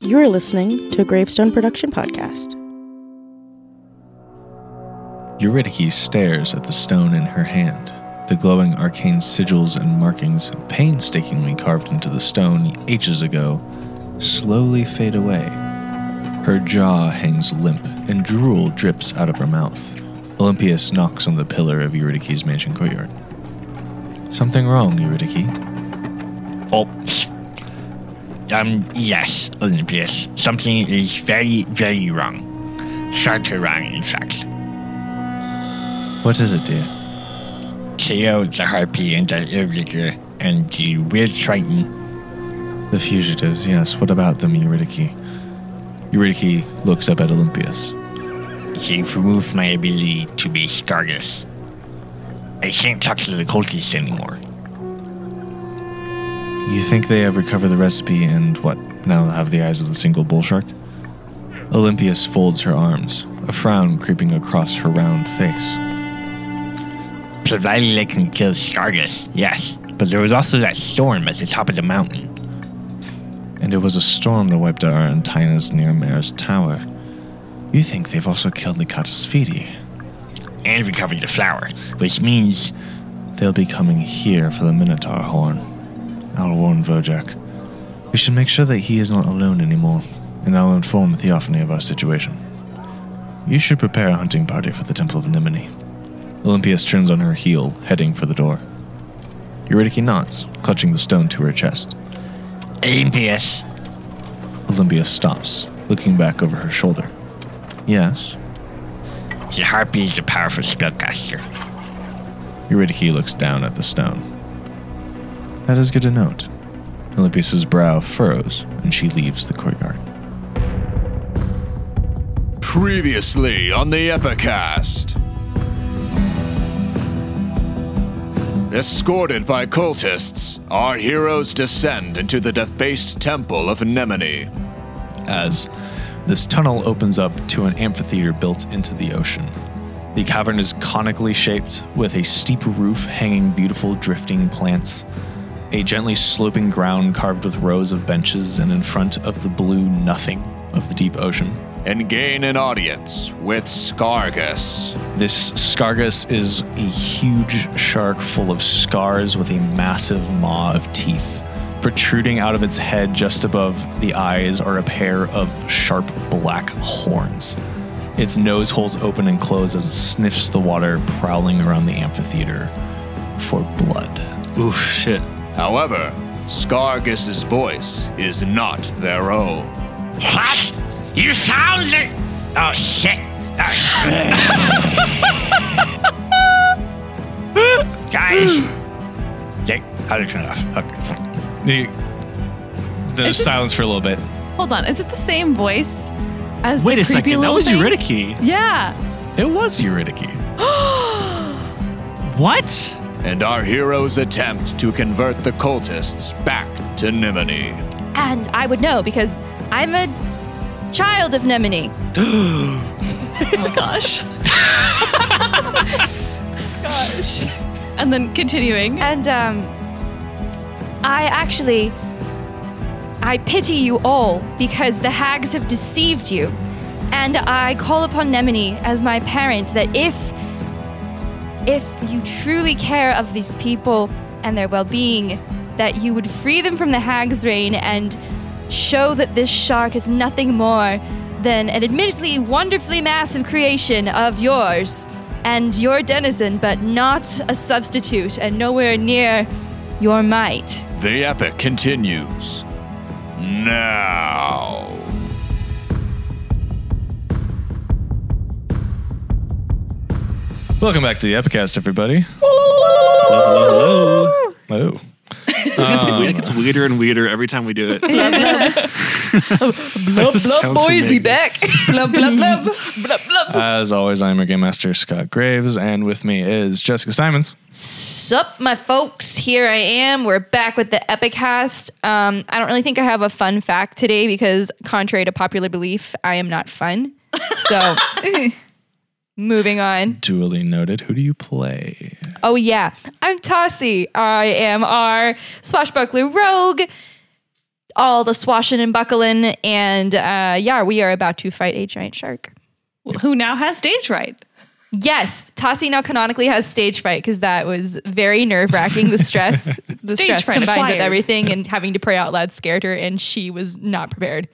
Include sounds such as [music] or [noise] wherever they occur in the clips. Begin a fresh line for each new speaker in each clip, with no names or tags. You're listening to a Gravestone Production Podcast.
Eurydice stares at the stone in her hand, the glowing arcane sigils and markings painstakingly carved into the stone ages ago slowly fade away. Her jaw hangs limp and drool drips out of her mouth. Olympias knocks on the pillar of Eurydice's mansion courtyard. Something wrong, Eurydice?
Oh, um, yes, Olympias. Something is very, very wrong. Sartre wrong, in fact.
What is it, dear?
Theo, the harpy, and the Irviger, and the weird triton.
The fugitives, yes. What about them, Eurydice? Eurydice looks up at Olympias.
They've removed my ability to be Scargus. I can't talk to the cultists anymore.
You think they have recovered the recipe and what, now have the eyes of the single bull shark? Olympias folds her arms, a frown creeping across her round face.
Provided I can kill Scargus, yes. But there was also that storm at the top of the mountain.
And it was a storm that wiped out Arantina's near Mare's tower. You think they've also killed Nikatasfidi?
and recovered the flower, which means
They'll be coming here for the Minotaur horn. I'll warn Vojak. We should make sure that he is not alone anymore, and I'll inform Theophany of our situation. You should prepare a hunting party for the Temple of Nimini. Olympias turns on her heel, heading for the door. Eurydice nods, clutching the stone to her chest.
Olympias.
Olympias stops, looking back over her shoulder. Yes?
The harpy is a powerful spellcaster.
Eurydice looks down at the stone. That is good to note. Olympias's brow furrows, and she leaves the courtyard.
Previously on the Epicast. Escorted by cultists, our heroes descend into the defaced temple of Nemone.
as this tunnel opens up to an amphitheater built into the ocean. The cavern is conically shaped with a steep roof hanging beautiful drifting plants, a gently sloping ground carved with rows of benches, and in front of the blue nothing of the deep ocean.
And gain an audience with Scargus.
This Scargus is a huge shark full of scars with a massive maw of teeth. Protruding out of its head just above the eyes are a pair of sharp black horns. Its nose holes open and close as it sniffs the water, prowling around the amphitheater for blood.
Oof, shit.
However, Scargus's voice is not their own.
What? You found it? Oh shit! Oh, shit. [laughs] Guys, Jake, how did it turn off? Okay.
There's silence for a little bit.
Hold on, is it the same voice as
Wait
the
a
creepy
second. That
little
was
thing?
Eurydice.
Yeah.
It was Eurydice.
What?
And our heroes attempt to convert the cultists back to Nimini.
And
I would know because I'm a child of
[gasps]
Nemini.
oh my gosh. gosh. And then continuing.
And um I actually I pity you all because the hags have deceived you. And I call upon Nemini as my parent that if if you truly care of these people and their well-being, that you would free them from the hag's reign and show that this shark is nothing more than an admittedly wonderfully massive creation of yours and your denizen, but not a substitute and nowhere near your might.
The epic continues. Now.
Welcome back to the Epicast, everybody.
Hello.
Oh.
This gets, it gets weirder and weirder every time we do
[laughs]
it. [laughs] blub,
back. blub, blub, blub. blub, blub.
As always, I'm your game master, Scott Graves, and with me is Jessica Simons.
Sup, my folks? Here I am. We're back with the Epicast. Um, I don't really think I have a fun fact today because, contrary to popular belief, I am not fun. So, moving on.
Duly noted. Who do you play?
Oh yeah, I'm Tossie. I am our swashbuckler rogue. all the swashing and buckling, and uh, yeah, we are about to fight a giant shark.
Who now has stage right?
Yes, Tassi now canonically has stage fright because that was very nerve wracking. The [laughs] stress, the
Stage
stress
fright,
combined with
acquired.
everything, and having to pray out loud scared her, and she was not prepared.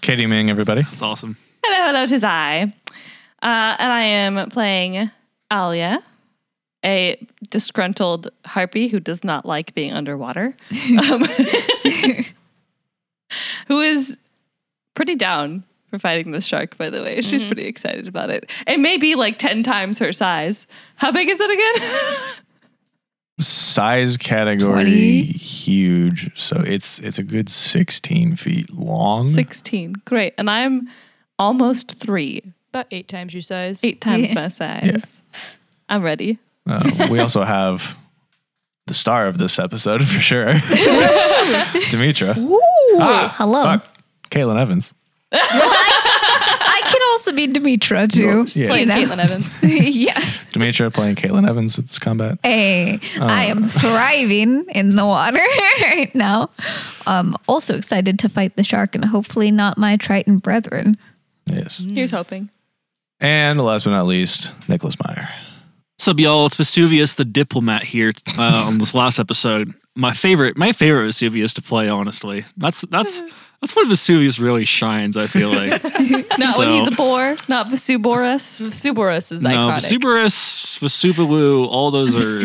Katie Ming, everybody.
It's awesome.
Hello, hello, tis I. Uh, and I am playing Alia, a disgruntled harpy who does not like being
[laughs]
underwater, um, [laughs] who is pretty down for fighting this shark, by the way. She's
Mm-hmm.
pretty excited about it. It may be like 10 times her size. How big is it
[laughs]
again?
Size category
20?
huge, so it's it's a good sixteen feet long.
16. Great. And I'm almost three,
About eight times your size.
eight times my size. I'm ready.
Uh, we also have the star of this episode for sure, Demetra. Ah,
Hello.
Fuck. Caitlin Evans.
I can also be Demetra too.
Yeah.
You
Playing
know.
Caitlin Evans.
[laughs] yeah.
Demetra playing Caitlin Evans. It's combat.
Hey, I am thriving in the water [laughs] right now. Um, also excited to fight the shark and hopefully not my Triton brethren.
Yes.
Here's hoping.
And last but not least, Nicholas Meyer.
Sup, y'all? It's Vesuvius the diplomat here uh, on this last episode. My favorite, my favorite Vesuvius to play. Honestly, that's that's that's when Vesuvius really shines. I
[laughs]
feel like
Not
So-
when he's a boar, not Vesuborus.
Suborus is
no,
iconic.
Vesuberus, Vesubalu, all those are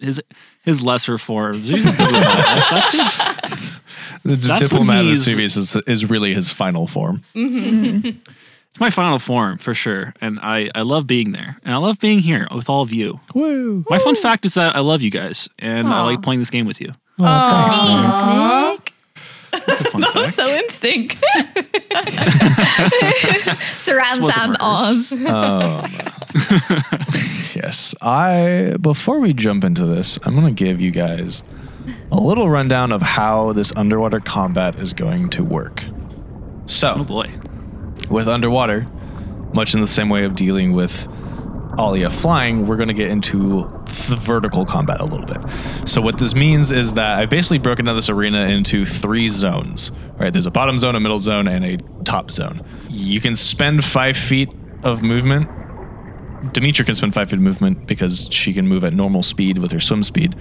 his his lesser forms. He's a diplomat. That's- that's his-
The d-
That's when
diplomat of
he's-
Vesuvius is, is really his final form.
it's my final form for sure, and I I love being there, and I love being here with all of you.
Woo.
My fun fact is that I love you guys, and I like playing this game with you. That's a fun fact.
so in sync.
Surround
wasn't
sound
murders.
Oz.
Yes. I before we jump into this, I'm going to give you guys a little rundown of how this underwater combat is going to work.
Oh
So,
boy.
with underwater, much in the same way of dealing with Alia flying, we're going to get into the vertical combat a little bit. So, what this means is that I've basically broken down this arena into three zones, right? There's a bottom zone, a middle zone, and a top zone. You can spend five feet of movement. Demetra can spend five feet of movement because she can move at normal speed with her swim speed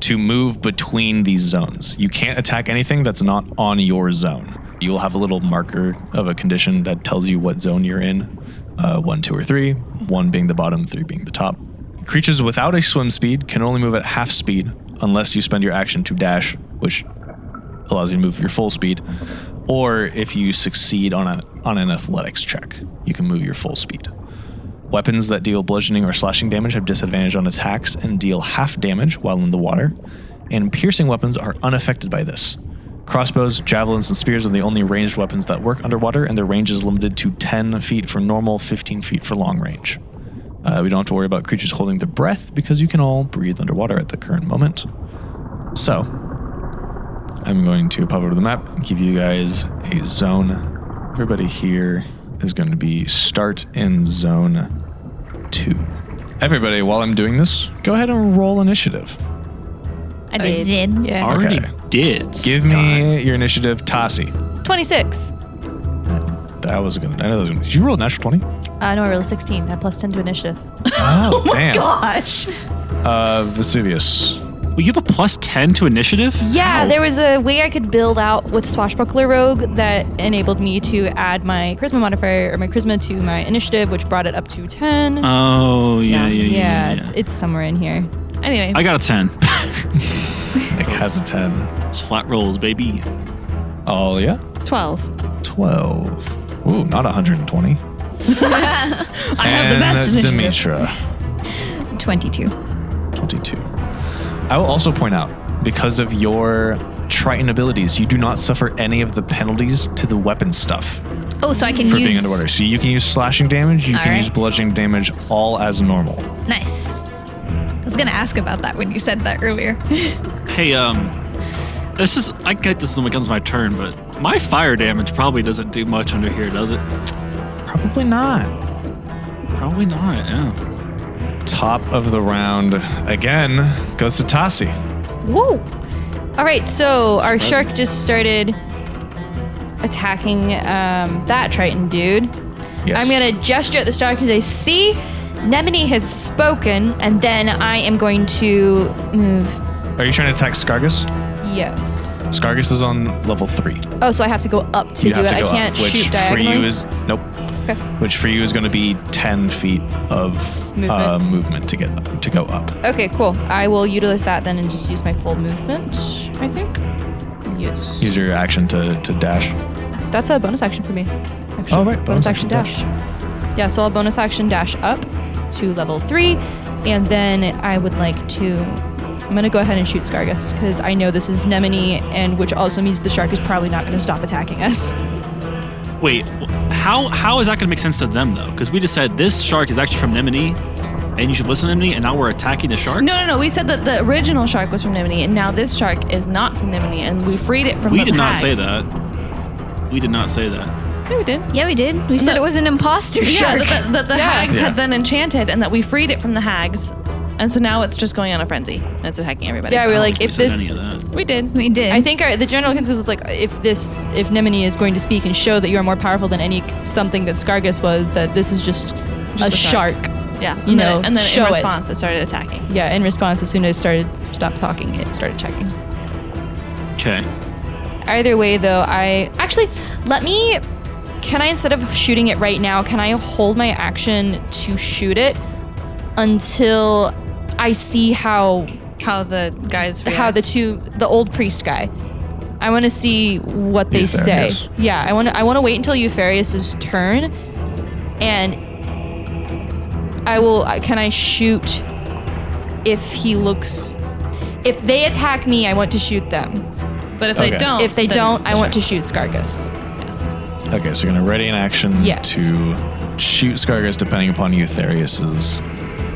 to move between these zones. You can't attack anything that's not on your zone. You will have a little marker of a condition that tells you what zone you're in uh, one, two, or three, one being the bottom, three being the top. Creatures without a swim speed can only move at half speed unless you spend your action to dash, which allows you to move your full speed, or if you succeed on, a, on an athletics check, you can move your full speed. Weapons that deal bludgeoning or slashing damage have disadvantage on attacks and deal half damage while in the water, and piercing weapons are unaffected by this. Crossbows, javelins, and spears are the only ranged weapons that work underwater, and their range is limited to 10 feet for normal, 15 feet for long range. Uh, we don't have to worry about creatures holding their breath because you can all breathe underwater at the current moment. So, I'm going to pop over to the map and give you guys a zone. Everybody here is going to be start in zone two. Everybody, while I'm doing this, go ahead and roll initiative.
I
I did.
Yeah.
Already
Okay.
did.
Give me your initiative, Tassi.
26.
That was gonna. I know that was gonna. Did you roll a natural
[laughs]
twenty?
Uh, no, I rolled a 16. I plus 10 to initiative.
Oh, damn.
Gosh.
Uh, Vesuvius.
Well, you have a plus ten to initiative.
Yeah,
Ow.
there was a way I could build out with Swashbuckler Rogue that enabled me to add my charisma modifier or my charisma to my initiative, which brought it up to 10.
Ah,
Oh yeah, yeah, yeah. yeah, yeah.
It's, it's somewhere in here.
Anyway,
I got a ten. [laughs]
Nick has a ten.
It's flat rolls, baby.
Oh yeah.
12.
Twelve. Ooh, not hundred and twenty.
[laughs] I have the best initiative.
Demetra.
22.
22. I will also point out, because of your Triton abilities, you do not suffer any of the penalties to the weapon stuff
Oh, so I can
for
use.
being underwater. So you can use slashing damage, you
All
can
right.
use bludgeoning damage, all as normal.
Nice. I was going to ask about that when you said that earlier.
Hey, um, this is I get this when it comes to my turn, but my fire damage probably doesn't do much under here, does it?
Probably not.
Probably not. Yeah.
Top of the round again goes to Tassi.
Whoa.
All right, so our shark just started attacking um, that Triton dude.
Yes.
I'm going to gesture at the shark and say, See, Nemini has spoken, and then I am going to move.
Are you trying to attack Scargus?
Yes.
Scargus is on level three.
Oh, so I have to go up to
you
do
have
it.
to
I
go
can't
up, which
shoot
for
diagonally.
you is nope.
Okay.
Which for you is going to be ten feet of movement, uh, movement to get up, to go up.
Okay, cool. I will utilize that then and just use my full movement, I think. Yes.
Use your action to, to dash.
That's a bonus action for me. Actually.
Oh, right,
Bonus, action, dash. Yeah, so I'll bonus action dash up to level three. And then I would like to. I'm going to go ahead and shoot Scargus because I know this is Nemini, and which also means the shark is probably not going to stop attacking us. [laughs]
Wait, wh- how how is that going to make sense to them though? Because we just said this shark is actually from Nemini, and you should listen to Nemini, and now we're attacking the
[laughs]
shark.
No, no, no. We said that the original shark was from Nimini, and now this shark is not from Nimini, and we freed it from
we
the
did not say
packs.
that. We did not say that.
Yeah, we did.
[laughs] Yeah, we did. We said
No.
it was an imposter
Yeah,
shark.
that the, that the
Yeah.
hags
Yeah.
had then enchanted, and that we freed it from the hags, and so now it's just going on a frenzy. and It's attacking everybody.
Yeah, we were
I don't
like,
think we said
if this.
any of that.
We did.
[laughs] We did.
I think our, the general consensus was like, if this, if Nemini is going to speak and show that you are more powerful than any something that Scargus was, that this is just, a
a shark.
shark.
yeah, and then,
you know,
and then
show
in
it.
response, it. started attacking.
Yeah. In response, as soon as started stopped talking, it started checking.
Okay.
Either way, though, I actually let me. Can I instead of shooting it right now, can I hold my action to shoot it until I see how
How the guys?
how
react.
the two the old priest guy? I want to see what they
He's there,
say.
yes.
Yeah, I want to I want to wait until Eupharius's turn, and I will. I- Can I shoot if he looks? If they attack me, I want to shoot them.
but if
Okay.
they don't,
if they
Oh, then
don't, I
the
want to
shark.
shoot Scargus.
Okay, so you're going to ready an action
Yes.
to shoot Scargus depending upon Eutharius's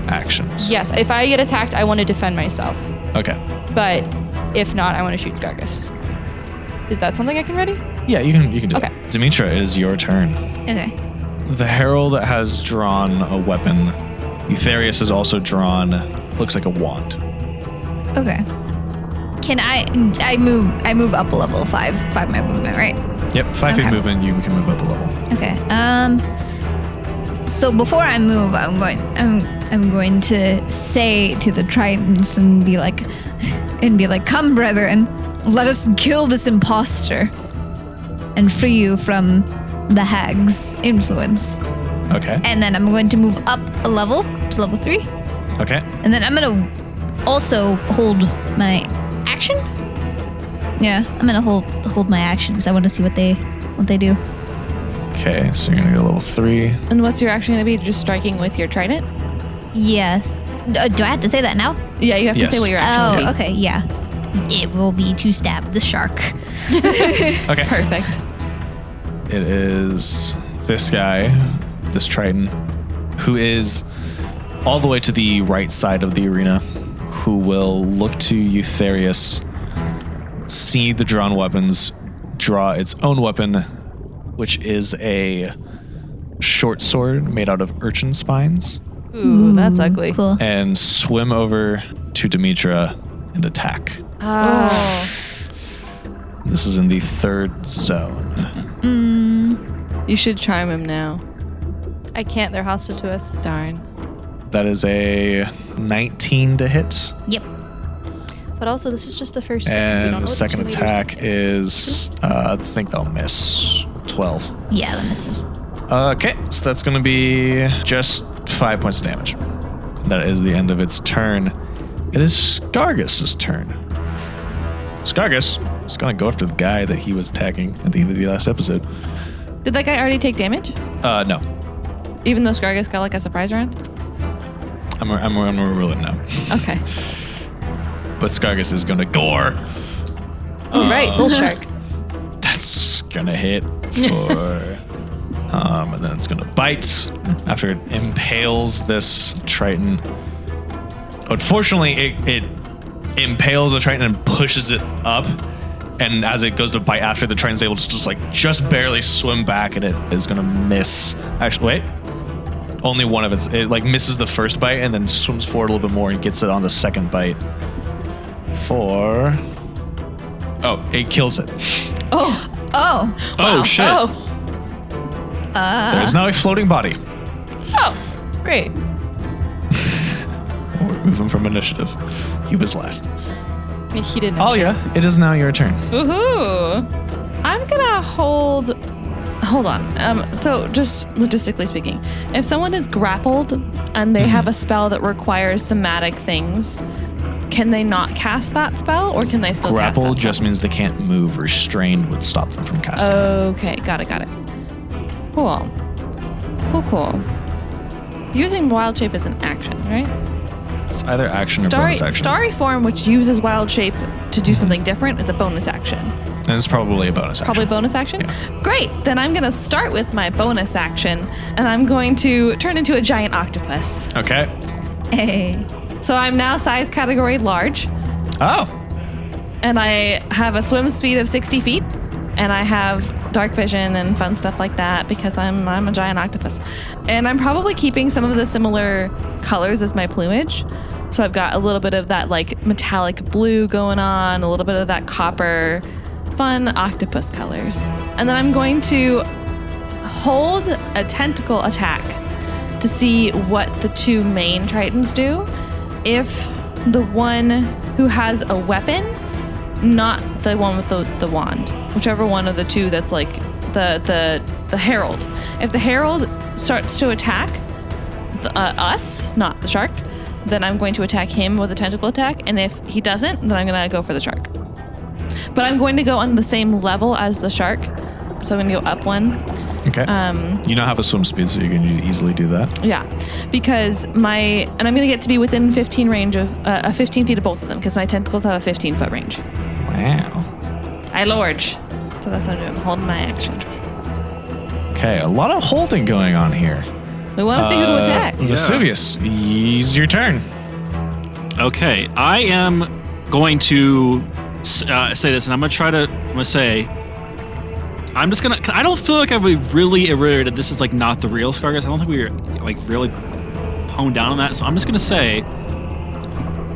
actions.
Yes, if I get attacked, I want to defend myself.
Okay.
But if not, I want to shoot Scargus. Is that something I can ready?
Yeah, you can you can do
Okay.
that. Demetra, it is your turn.
okay.
The herald has drawn a weapon. Eutharius has also drawn looks like a wand.
Okay. Can I? I move. I move up a level five. Five my movement, right?
Yep, five
Okay.
feet movement. You can move up a level.
Okay. Um. So before I move, I'm going. I'm. I'm going to say to the Tritons and be like, and be like, "Come, brethren, let us kill this imposter, and free you from the hag's influence."
Okay.
And then I'm going to move up a level to level three,
Okay.
and then I'm gonna also hold my action. Yeah, I'm gonna hold hold my action because I want to see what they what they do.
Okay. So you're gonna go level three.
And what's your action going to be? Just striking with your trident?
Yeah. D- uh, Do I have to say that now?
Yeah, you have
Yes.
to say what your action.
oh, okay, yeah. It will be to stab the shark.
Okay.
Perfect.
It is this guy, this Triton, who is all the way to the right side of the arena, who will look to Eutharius, see the drawn weapons, draw its own weapon, which is a short sword made out of urchin spines,
Ooh, that's ugly.
Cool.
and swim over to Demetra and attack.
Ah. Oh.
This is in the third zone.
You should charm him now.
I can't. They're hostile to us.
Darn.
That is a 19 to hit.
Yep.
But also, this is just the first.
And the second attack is, uh, I think they'll miss 12.
Yeah, then this is.
Okay, so that's going to be just five points of damage. That is the end of its turn. It is Scargus' turn. Scargus is going to go after the guy that he was attacking at the end of the last episode.
Did that guy already take damage?
Uh, no.
Even though Scargus got like a surprise round?
I'm, I'm, I'm ruling now.
Okay.
But Scargus is going to gore.
Oh, right, bull shark.
That's gonna hit for. um, and then it's gonna bite after it impales this Triton. Unfortunately, it, it impales the Triton and pushes it up. And as it goes to bite after, the Triton's able to just like just barely swim back, and it is gonna miss. Actually, wait. Only one of its it like misses the first bite and then swims forward a little bit more and gets it on the second bite. For Oh, it kills it.
Oh,
Oh shit!
Oh,
There's now a floating body.
oh, great.
We're moving from initiative. He was last.
He didn't. have a
Alia, it is now your turn.
Woohoo! I'm gonna hold. Hold on. Um, so, just logistically speaking, if someone is grappled and they
[laughs]
have a spell that requires somatic things, can they not cast that spell, or can they still
Grapple
cast that Uh,
just
spell?
means they can't move. Restrained would stop them from casting.
Okay, got it, got it. Cool. Cool, cool. Using wild shape is an action, right?
it's either action or
Starry,
bonus action. Mm-hmm.
starry form, which uses wild shape to do something different, is a bonus action.
And it's probably a bonus action.
Probably bonus action? Great. Then I'm going to start with my bonus action and I'm going to turn into a giant octopus.
Okay.
hey.
So I'm now size category large
Oh,
and I have a swim speed of 60 feet and I have dark vision and fun stuff like that because I'm I'm a giant octopus. And I'm probably keeping some of the similar colors as my plumage. So I've got a little bit of that like metallic blue going on, a little bit of that copper fun octopus colors. And then I'm going to hold a tentacle attack to see what the two main tritons do. If the one who has a weapon, not the one with the, the wand, whichever one of the two that's like the the the herald. If the herald starts to attack the, uh, us, not the shark, then I'm going to attack him with a tentacle attack. And if he doesn't, then I'm gonna go for the shark. But I'm going to go on the same level as the shark, so I'm gonna go up one.
okay. Um, you now have a swim speed, so you can u- easily do that.
Yeah, because my and I'm gonna get to be within 15 range of uh, uh, 15 feet of both of them because my tentacles have a 15 foot range.
Wow.
I large, so that's what I'm doing. I'm holding my action.
Okay, a lot of holding going on here.
We want to see who
Uh,
to attack.
Vesuvius, it's your turn.
Okay, I am going to uh, say this, and I'm gonna try to. I'm gonna say. I'm just gonna. I don't feel like I've really iterated. This is like not the real Scargus. I don't think we were like really honed down on that. So I'm just gonna say.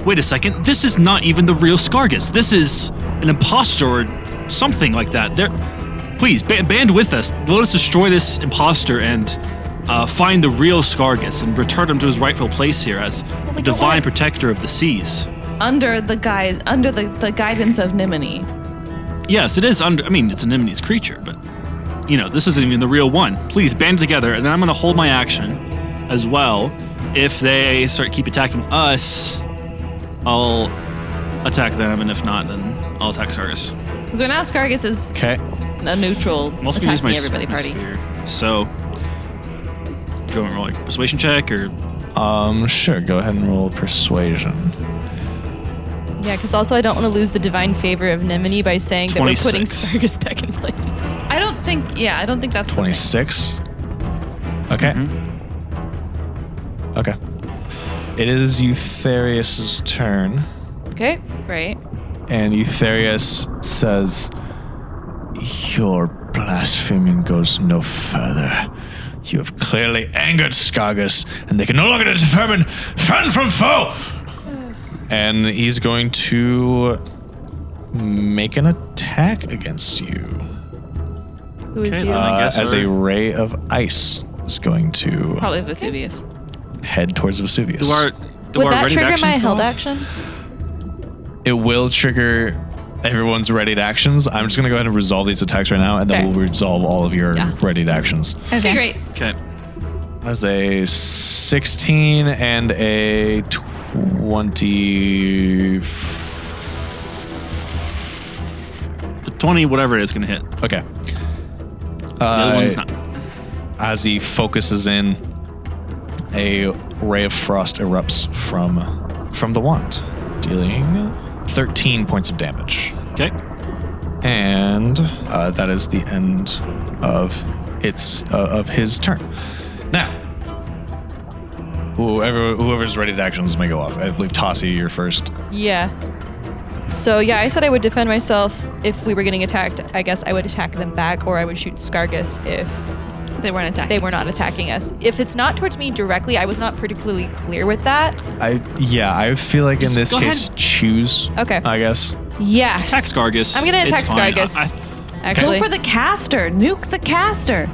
Wait a second. This is not even the real Scargus. This is an imposter or something like that. There. Please ba- band with us. Let us destroy this imposter and uh, find the real Scargus and return him to his rightful place here as
we don't
divine
wanna-
protector of the seas.
Under the guide, under the, the guidance of Nimini.
Yes, it is under. I mean, it's an Nimini's creature, but you know, this isn't even the real one. Please band together, and then I'm going to hold my action as well. If they start keep attacking us, I'll attack them, and if not, then I'll attack Sargus.
Because right now Scargus is
Okay.
a neutral
I'm also
attacking
going to use my,
everybody
my
party.
spear. So, do you want me to roll like a persuasion check or
Um, sure. Go ahead and roll persuasion.
Yeah, because also I don't want to lose the divine favor of Nemini by saying that we're putting
26.
Spargus back in place.
I don't think. Yeah, I don't think that's the thing.
Twenty-six. Okay.
Mm-hmm.
Okay. It is Eutharius's turn,
Okay.
Great.
and Eutharius says, "Your blaspheming goes no further." You have clearly angered Scargus, and they can no longer determine friend from foe. And he's going to make an attack against you.
Who is
Okay,
he?
then I
Uh,
guess
as
our-
a ray of ice is going to
Probably Vesuvius.
head towards Vesuvius.
do our do
Would
our
that
ready
trigger
actions
my
go
held
off?
action?
it will trigger everyone's readied actions. I'm just going to go ahead and resolve these attacks right now, and then
Okay.
we'll resolve all of your readied actions.
Okay.
Great.
Okay.
There's a 16 and a 20.
The Twenty, whatever it is, going to hit. The
Okay.
other
Uh,
one's not.
As he focuses in, a ray of frost erupts from from the wand, dealing 13 points of damage.
Okay.
and uh, that is the end of its uh, of his turn. Now, whoever whoever's ready to actions may go off. I believe Tossie, you're first.
Yeah. So yeah, I said I would defend myself if we were getting attacked. I guess I would attack them back, or I would shoot Scargus if
They weren't attacking.
they were not attacking us. If it's not towards me directly, I was not particularly clear with that.
I yeah, I feel like in this
go
case,
ahead.
choose.
Okay.
I guess
Yeah.
Attack Scargus.
Ah, I'm gonna
It's
attack
fine.
Scargus.
I- I-
actually,
Go for the caster. Nuke the caster.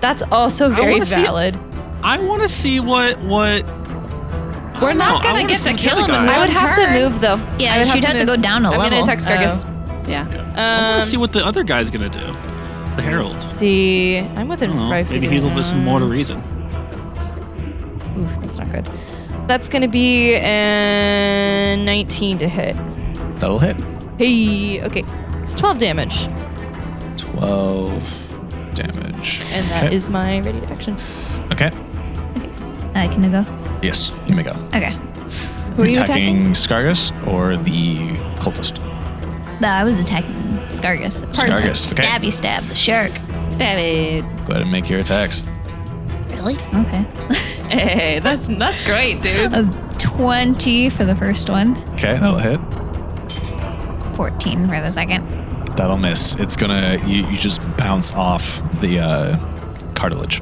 that's also very
wanna see-
valid.
I want to see what what. I
We're not
don't know. I
gonna
wanna
get
see
to
what the
kill
other
him in
guy-
one
I would have to
turn.
move though.
Yeah,
I would
she'd have to
move-
go down a
I'm
level. Oh.
gonna attack Scargus.
Yeah.
I
Um,
want to see what the other guy's gonna do. The Herald.
see. I'm
I
within
don't know.
five feet.
Maybe
of
he'll
him.
listen more to reason.
Oof, that's not good. That's gonna be a 19 to hit.
That'll hit.
Hey, okay, it's 12 damage,
12 damage.
and that
okay.
is my ready action.
Okay.
Uh, can I go?
Yes, you may go.
Okay.
Who are you attacking?
attacking Scargus or the cultist?
No, I was attacking Scargus.
Scargus, okay.
Stabby stab the shark.
Stab it. [laughs]
Go ahead and make your attacks.
Really? Okay.
Hey, that's that's great, dude.
A 20 for the first one,
Okay, that'll hit.
14 for the second.
That'll miss. It's gonna you, you just bounce off the uh, cartilage.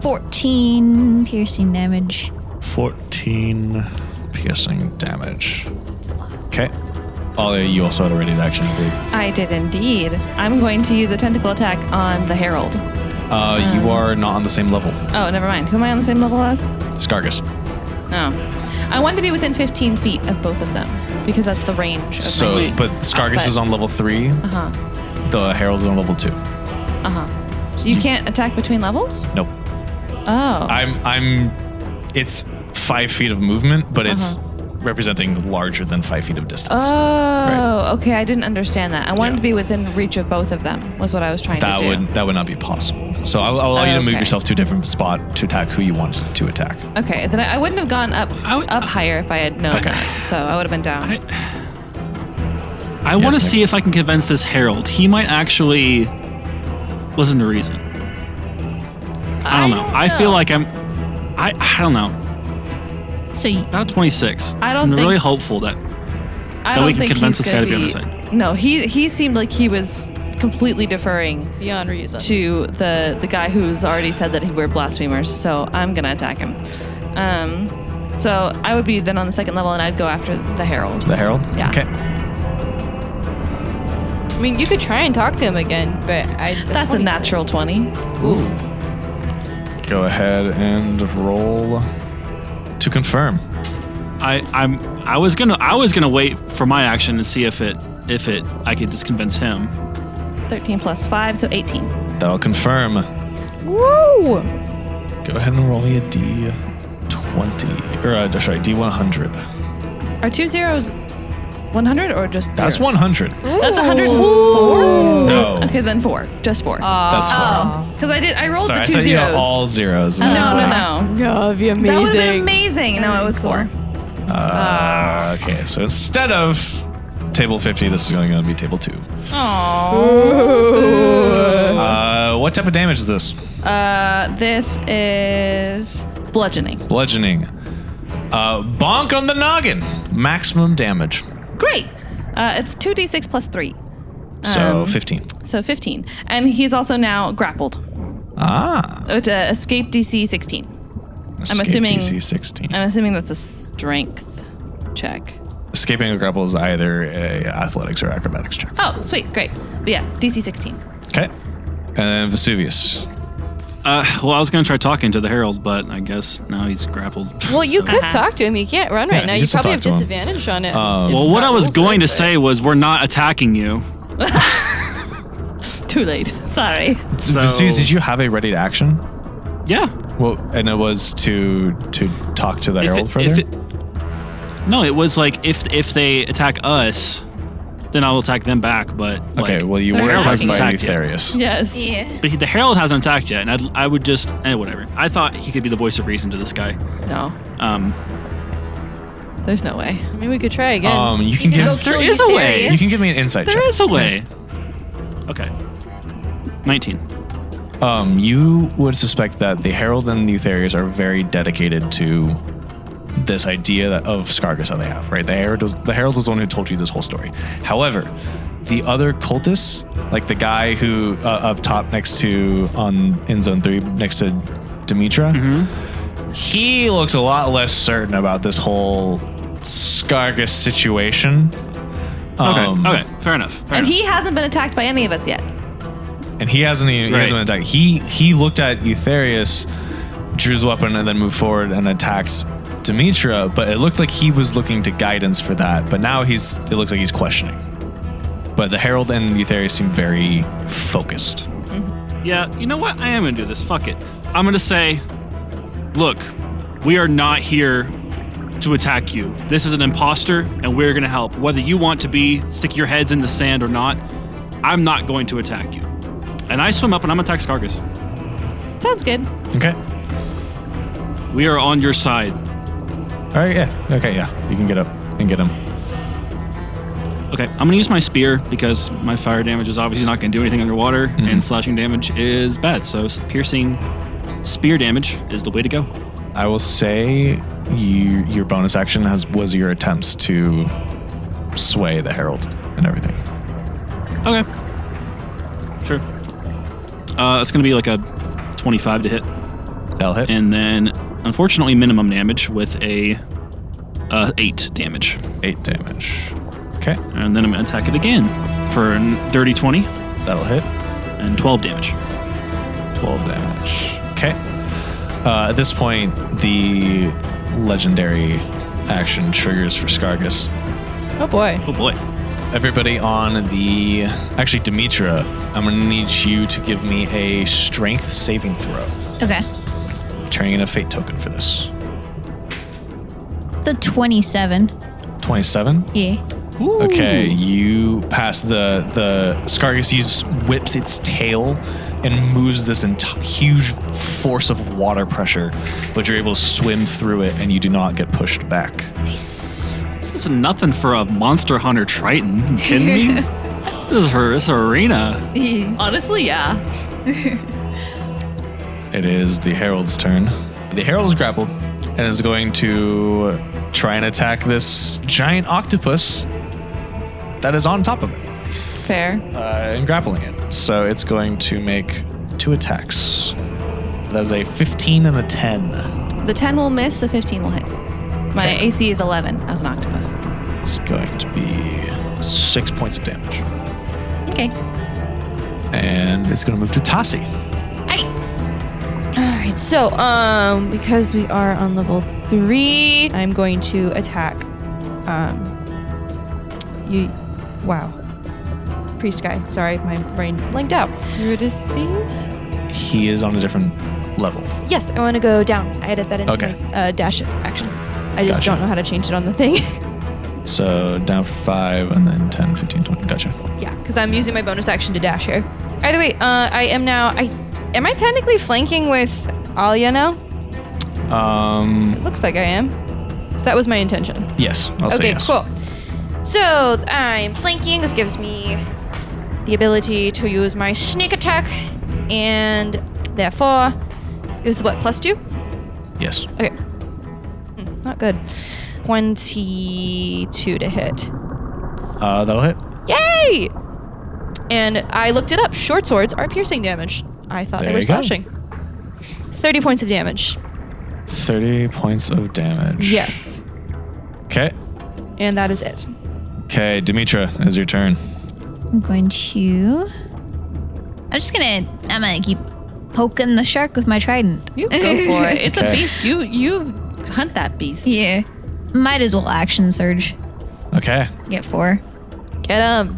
14 piercing damage.
14 piercing damage. Okay. Ollie, you also had a ready to action, I believe.
I did indeed. I'm going to use a tentacle attack on the Herald.
Uh,
Um,
you are not on the same level.
Oh, never mind. Who am I on the same level as?
Scargus.
Oh. I want to be within 15 feet of both of them because that's the range. Of
So,
my-
but Scargus
but-
is on level 3
Uh-huh.
The Herald's on level two.
Uh-huh. So you can't attack between levels?
Nope.
Oh.
I'm I'm. It's five feet of movement, but it's representing larger than five feet of distance.
Uh-huh. oh, okay. I didn't understand that. I wanted
Yeah.
to be within reach of both of them was what I was trying
that
to do.
would that would not be possible. So I'll, I'll allow you to move
Okay.
yourself to a different spot to attack who you want to attack.
Okay, then I, I wouldn't have gone up
I would-
up higher if I had known
Okay.
that. So I would have been down.
I, I want to
Nick.
see if I can convince this Herald. He might actually listen to reason. I don't know. I feel like I'm. I, I don't know.
So y-
Not a 26.
I don't
I'm really
think-
hopeful that.
I
Then
don't
we can
think
convince
he's
this guy
gonna
to be on our
be- No, he he seemed like he was completely deferring
Beyond reason.
to the the guy who's already said that he we're blasphemers. So I'm gonna attack him. Um, so I would be then on the second level, and I'd go after the herald.
The Herald.
Yeah.
Okay.
I mean, you could try and talk to him again, but I.
That's a
26.
natural twenty.
Oof.
Go ahead and roll to confirm.
I I'm I was gonna I was gonna wait for my action to see if it if it I could just convince him.
Thirteen plus five, so eighteen.
That'll confirm.
Woo!
Go ahead and roll me a D twenty or uh, sorry D one hundred.
Are two zeros one hundred or just?
That's
zeros?
one hundred.
That's one hundred and four.
No.
Okay, then four, just four.
Uh,
That's four.
Oh.
Because I did, I rolled
Sorry,
the
I
two
thought you
Oh. zeros. Oh.
had all zeros. and I was
no,
like,
no, no.
Yeah, that'd be amazing.
That would have been amazing. No, it was four.
Uh, okay, so instead of table 50, this is going to be table 2. Uh, what type of damage is this?
Uh, this is bludgeoning.
Bludgeoning. Uh, bonk on the noggin. Maximum damage.
Great. Uh, it's two d six plus three,
So
Um,
15.
so fifteen. And he's also now grappled.
Ah.
It's a escape DC sixteen.
escape
assuming-
DC 16.
I'm assuming that's a strength check.
Escaping a grapple is either a athletics or acrobatics check.
Oh, sweet, great. But yeah, DC sixteen.
Okay. And then Vesuvius.
Uh, well, I was gonna try talking to the Herald, but I guess now he's grappled.
Well, you
So-
could talk to him. You can't run right
Uh-huh. Yeah,
now.
you
You
can still
probably have
talk to him.
disadvantage on it.
Um,
if
[laughs] Well, what
Scott
I was
rolls
going
it,
to
but-
say was we're not attacking you.
[laughs] Too late. [laughs] Sorry.
So-
Vesuvius, did you have a ready to action?
Yeah.
Well, and it was to to talk to the
If
herald
it-
further.
if it- no, it was like if if they attack us, then I'll attack them back. But like,
okay, well you
the
were
Herald
attacked
hasn't
by
attacked yet.
Eutharius.
Yes.
yeah.
But he, the Herald hasn't attacked yet, and I'd, I would just eh, whatever. I thought he could be the voice of reason to this guy.
No,
Um,
there's no way.
I mean, we could try again.
Um, you can
can
give
go kill
there
you
is a way.
serious.
You can give me an insight
there
check.
is a way. Okay. Nineteen.
Um, you would suspect that the Herald and the Eutharius are very dedicated to this idea that, of Scargus that they have, right? The Herald, was, the Herald was the one who told you this whole story. However, the other cultists, like the guy who uh, up top next to on in Zone Three next to
Mm-hmm.
Demetra, he looks a lot less certain about this whole s- Scargus situation.
Okay.
Um,
okay. Fair enough. Fair
And
enough.
he hasn't been attacked by any of us yet.
And he hasn't even he hasn't
Right.
attacked. He he looked at Eutherius, drew his weapon, and then moved forward and attacked Demetra. But it looked like he was looking to guidance for that. But now he's it looks like he's questioning. But the Herald and Eutherius seem very focused.
Yeah, you know what? I am gonna do this. Fuck it. I'm gonna say, look, we are not here to attack you. This is an imposter, and we're gonna help. Whether you want to be stick your heads in the sand or not, I'm not going to attack you. And I swim up and I'm gonna attack Scargus.
Sounds good.
Okay.
We are on your side.
All right. Yeah. Okay. Yeah. You can get up and get him.
Okay, I'm gonna use my spear because my fire damage is obviously not gonna do anything underwater, and slashing damage is bad. So s- piercing spear damage is the way to go.
I will say you your bonus action has was your attempts to sway the herald and everything.
Okay. Sure. Uh, it's gonna be like a 25 to hit,
That'll hit.
and then unfortunately minimum damage with a uh, eight damage,
Eight damage. Okay,
and then I'm gonna attack it again for an dirty 20
that'll hit.
and 12 damage.
Twelve damage. Okay. Uh, at this point, the legendary action triggers for Scargus.
Oh boy.
Oh boy.
Everybody on the actually Demetra, I'm gonna need you to give me a strength saving throw.
Okay.
Turning in a fate token for this.
The 27.
Twenty-seven.
Yeah.
Okay, you pass the the Scargus uses- whips its tail and moves this enti- huge force of water pressure, but you're able to swim through it and you do not get pushed back.
This is nothing for a monster hunter Triton. You kidding me? this is her. This is her arena.
Honestly, yeah.
It is the Herald's turn. The Herald's grappled and is going to try and attack this giant octopus that is on top of it
Fair.
uh, and grappling it. So it's going to make two attacks. That is a 15 and a 10.
The 10 will miss, the 15 will hit. My
Okay.
AC is 11 as an octopus.
It's going to be six points of damage.
Okay.
And it's going to move to Tassi.
All right. So, um, because we are on level three, I'm going to attack. Um, you. Wow. Priest guy. Sorry, my brain blanked out.
You're disease?
He is on a different level.
Yes, I want to go down. I edit that into
Okay.
my, uh, dash action. I just
Gotcha.
don't know how to change it on the thing. [laughs]
So down for five and then 10, 15, 20. Gotcha.
yeah, because I'm using my bonus action to dash here. Either way, uh, I am now. I am I technically flanking with Alia now?
Um,
Looks like I am. So that was my intention.
yes, I'll say
okay,
yes.
cool. So I'm flanking. This gives me the ability to use my sneak attack, and therefore, it was what plus two?
Yes.
Okay, Hmm, not good. Twenty-two to hit.
Uh, that'll hit.
Yay! And I looked it up. Short swords are piercing damage. I thought
There
they were
you go.
slashing. Thirty points of damage.
30 points of damage.
Yes,
Okay.
and that is it.
Okay, Demetra, it's your turn.
I'm going to. I'm just gonna. I'm gonna keep poking the shark with my trident.
You go [laughs] for it. It's
Okay.
a beast. You you hunt that beast.
Yeah. Might as well action surge.
Okay.
Get four.
Get him.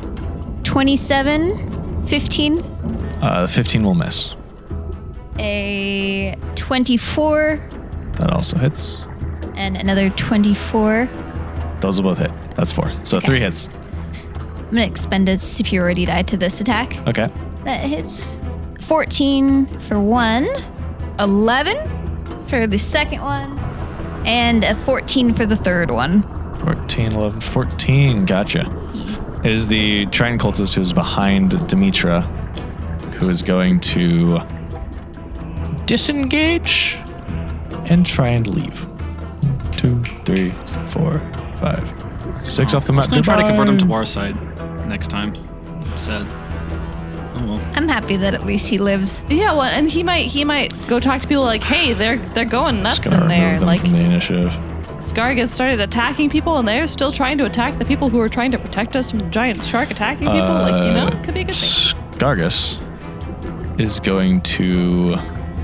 27, 15,
Uh, 15 will miss.
a 24,
That also hits.
and another 24.
Those will both hit. That's four. So three hits.
I'm gonna expend a superiority die to this attack.
Okay.
That hits 14 for one, 11 for the second one, and a 14 for the third one.
14, 11, 14. Gotcha. It is the Triton cultist who is behind Demetra, who is going to disengage and try and leave. One, Two, three, four, five, six off the map.
I'm gonna try to convert him to
Goodbye.
our side next time. Sad. Oh well.
I'm happy that at least he lives.
Yeah, well, and he might he might go talk to people like, hey, they're they're going nuts
Just gonna
in there.
remove them
Like,
from the initiative.
Skargas started attacking people, and they're still trying to attack the people who are trying to protect us from the giant shark attacking people. like you know,
Uh,
it could be a good thing.
Skargus is going to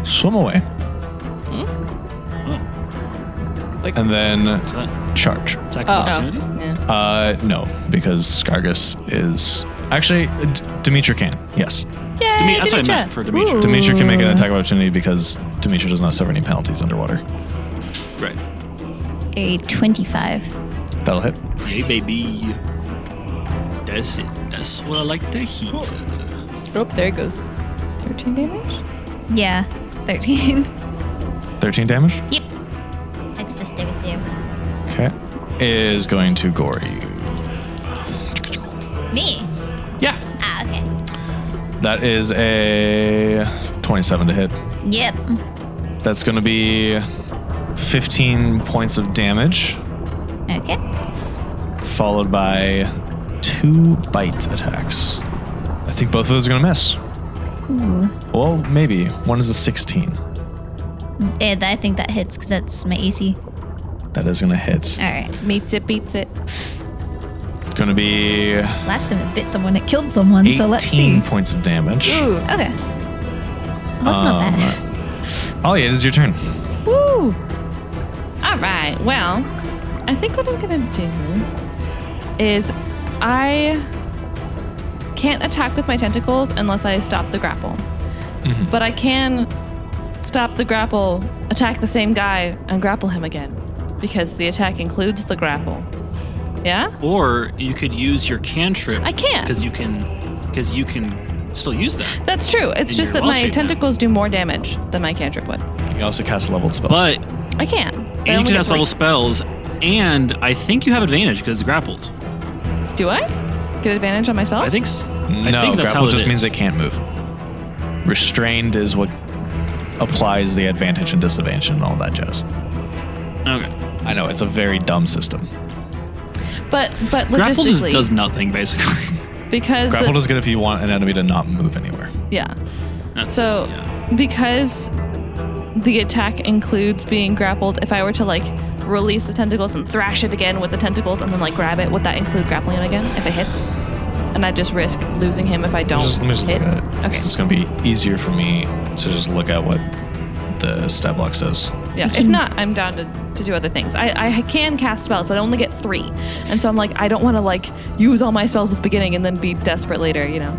swim away.
Oh,
Like-
and then charge.
Attack
Oh.
of opportunity?
Yeah.
Uh, no, because Skargus is actually D- Demetra can. Yes,
Yay,
Demi- that's what I meant
Dimitra.
for Demetra.
Demetra can make an attack of opportunity because Demetra does not suffer any penalties underwater.
Right.
A 25.
That'll hit.
Hey, baby. That's it. That's what I like to hear.
Oh, there it goes.
13 damage.
Yeah, 13.
Thirteen damage.
[laughs] yep. It's just WCM.
Okay, is going to gore you.
Me?
Yeah.
Ah, okay.
That is a twenty-seven to hit.
Yep.
That's going to be fifteen points of damage,
Okay.
followed by two bite attacks. I think both of those are going to miss.
Hmm.
Well, maybe one is a sixteen.
And I think that hits because that's my E AC.
That is going to hit.
All right.
Meets it, beats it.
Going to be
Last time it bit someone, it killed someone, so let's see.
18 points of damage.
Ooh, okay. Well, that's not bad.
Oh, yeah, it is your turn.
Woo! All right. Well, I think what I'm gonna do is I can't attack with my tentacles unless I stop the grapple,
Mm-hmm.
but I can stop the grapple, attack the same guy, and grapple him again because the attack includes the grapple. Yeah.
Or you could use your cantrip.
I can't.
Because you can. Because you can still use that.
That's true. It's
And
just
you're
that
launching
my
now.
tentacles do more damage than my cantrip would.
You can also cast leveled spells.
But
I can't. I only
and you can
get
cast
three.
level spells, and I think you have advantage because it's grappled.
Do I get advantage on my spells?
I think. s- I
no,
think that's
grapple
how
just
it
means
is.
they can't move. Restrained is what applies the advantage and disadvantage and all that jazz.
Okay.
I know, it's a very dumb system.
But but
Grapple just
logistically,
does nothing basically. [laughs]
because the-
Grapple is good if you want an enemy to not move anywhere.
yeah.
That's-
So
yeah.
because the attack includes being grappled, if I were to like release the tentacles and thrash it again with the tentacles and then like grab it, would that include grappling him again if it hits? And I just risk losing him if I don't
Just, let me just
hit.
look at it. 'cause
Okay.
It's going to be easier for me to just look at what the stat block says.
Yeah, if not, I'm down to, to do other things. I, I can cast spells, but I only get three. And so I'm like, I don't want to like use all my spells at the beginning and then be desperate later, you know?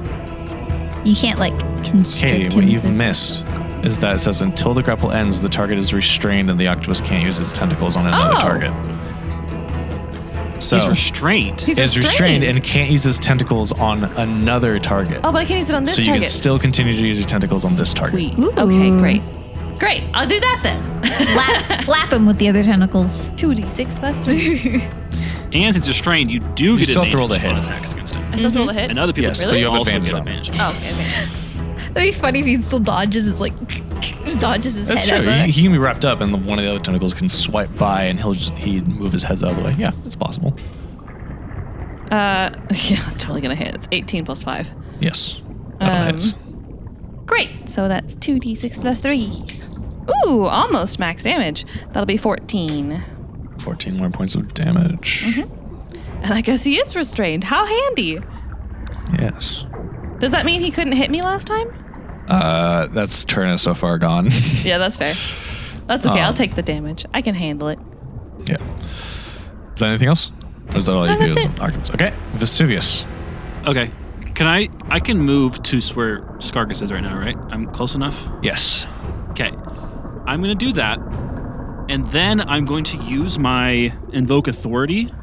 You can't, like, constrict
Katie,
him
what
with
you've
it.
missed is that it says until the grapple ends, the target is restrained and the octopus can't use its tentacles on another
Oh.
target. So
He's
[laughs]
restrained.
He's
is restrained and can't use its tentacles on another target.
Oh, but I can use it on this
so you
target.
can still continue to use your tentacles on this target.
Sweet.
Ooh.
Okay, great. Great. I'll do that then. [laughs]
slap, slap him with the other tentacles.
2d6 plus 2.
[laughs]
And since you're restrained, you do get
still have
advantage
to roll the hit.
on attacks against him.
I still roll a
Mm-hmm.
hit.
And other people
Yes,
really
but you have
also
advantage
get
on it.
advantage.
Oh, okay, okay.
That'd be funny if he still dodges. It's like, [laughs] dodges his
That's
head
true.
over.
He, he can be wrapped up, and the, one of the other tentacles can swipe by, and he'll just, he'd move his head the other way. Yeah, it's possible.
Uh, [laughs] yeah, that's totally going to hit. It's 18 plus 5.
Yes. That'll
Um,
hit.
Great. So that's 2d6 plus 3. Ooh, almost max damage. That'll be 14.
14 more points of damage.
Mm-hmm. And I guess he is restrained. How handy.
Yes.
Does that mean he couldn't hit me last time?
Uh, that's Turner so far gone. [laughs]
Yeah, that's fair. That's okay. I'll
Um,
take the damage. I can handle it.
Yeah. Is that anything else? Or is that all you
No,
can do?
that's
as
it.
an octopus? Okay. Vesuvius.
Okay. Can I? I can move to where Skargus is right now, right? I'm close enough.
Yes.
Okay. I'm going to do that. And then I'm going to use my invoke authority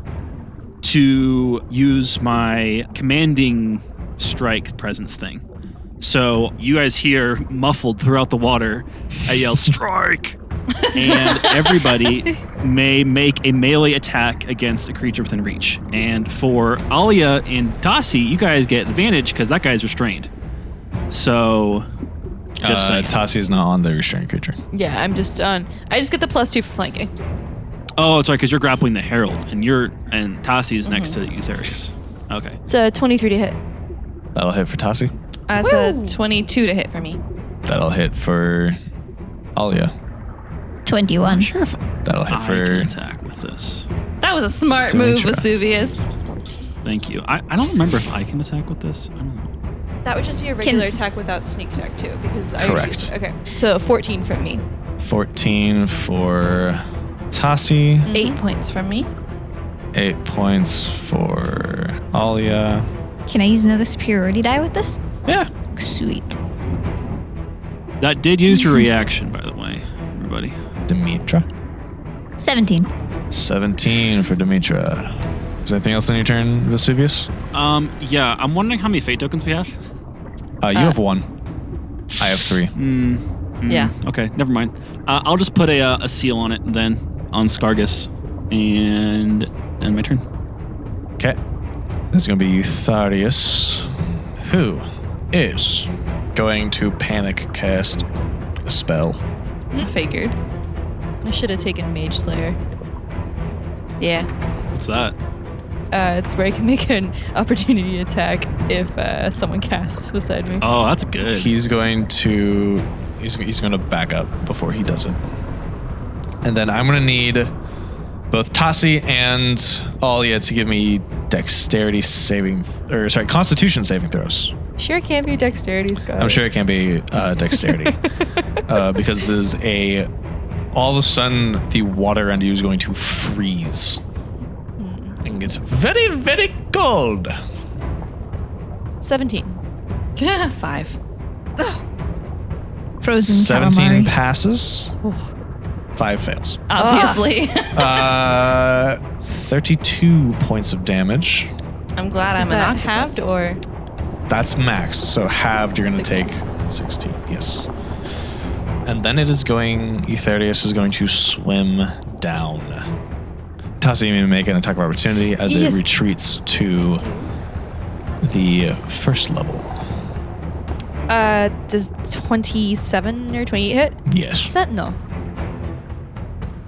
to use my commanding strike presence thing. So you guys hear muffled throughout the water, I yell strike. and everybody may make a melee attack against a creature within reach. And for Alia and Dossie, you guys get advantage because that guy's restrained. So just
uh,
saying.
Tassi is not on the restrained creature.
Yeah, I'm just done. I just get the plus two for flanking.
Oh, it's right, because you're grappling the Herald, and you're and Tassi is next to Eutherius. Okay.
It's a 23 to hit.
That'll hit for Tassi.
That's a 22 to hit for me.
That'll hit for Alia.
21.
Sure, if
That'll hit
I
for
can attack with this.
That was a smart
Don't
move,
try.
Vesuvius.
Thank you. I, I don't remember if I can attack with this. I don't know.
That would just be a regular attack without sneak attack too, because I already
Correct.
used- okay, so 14 from me.
14 for Tassi,
Mm-hmm.
Eight points from me.
8 points for Alia.
Can I use another superiority die with this?
Yeah.
Sweet.
That did use your reaction, by the way, everybody.
Demetra.
17.
17 for Demetra. Is there anything else on your turn, Vesuvius?
Um, yeah, I'm wondering how many fate tokens we have.
Uh, you have one. I have three.
Mm.
Yeah.
Okay, never mind. Uh, I'll just put a, uh, a seal on it then on Scargus, and end my turn.
Okay. This is going to be Eutharius, who is going to panic cast a spell.
Figured.
Mm-hmm. I should have taken Mage Slayer.
Yeah.
What's that?
Uh, it's where I can make an opportunity attack if uh, someone casts beside me.
Oh, that's good.
He's going to he's he's going to back up before he does it. And then I'm going to need both Tassi and Alia to give me dexterity saving or sorry, constitution saving throws.
Sure can be dexterity, Scott. [laughs]
I'm sure it can be uh, dexterity uh, because there's a all of a sudden the water around you is going to freeze and gets very very cold.
17.
Five.
Frozen
Seventeen
calamari.
passes, five fails.
Ah,
Obviously.
Uh, 32 points of damage.
I'm glad I'm
Is that
an octopus.
halved or
That's max. So halved, you're going to take 16.
16.
Yes. And then it is going, Eutherius is going to swim down. Tassi may make an attack of opportunity as
Yes.
it retreats to the first level.
uh, does 27 or 28 hit?
Yes.
Sentinel.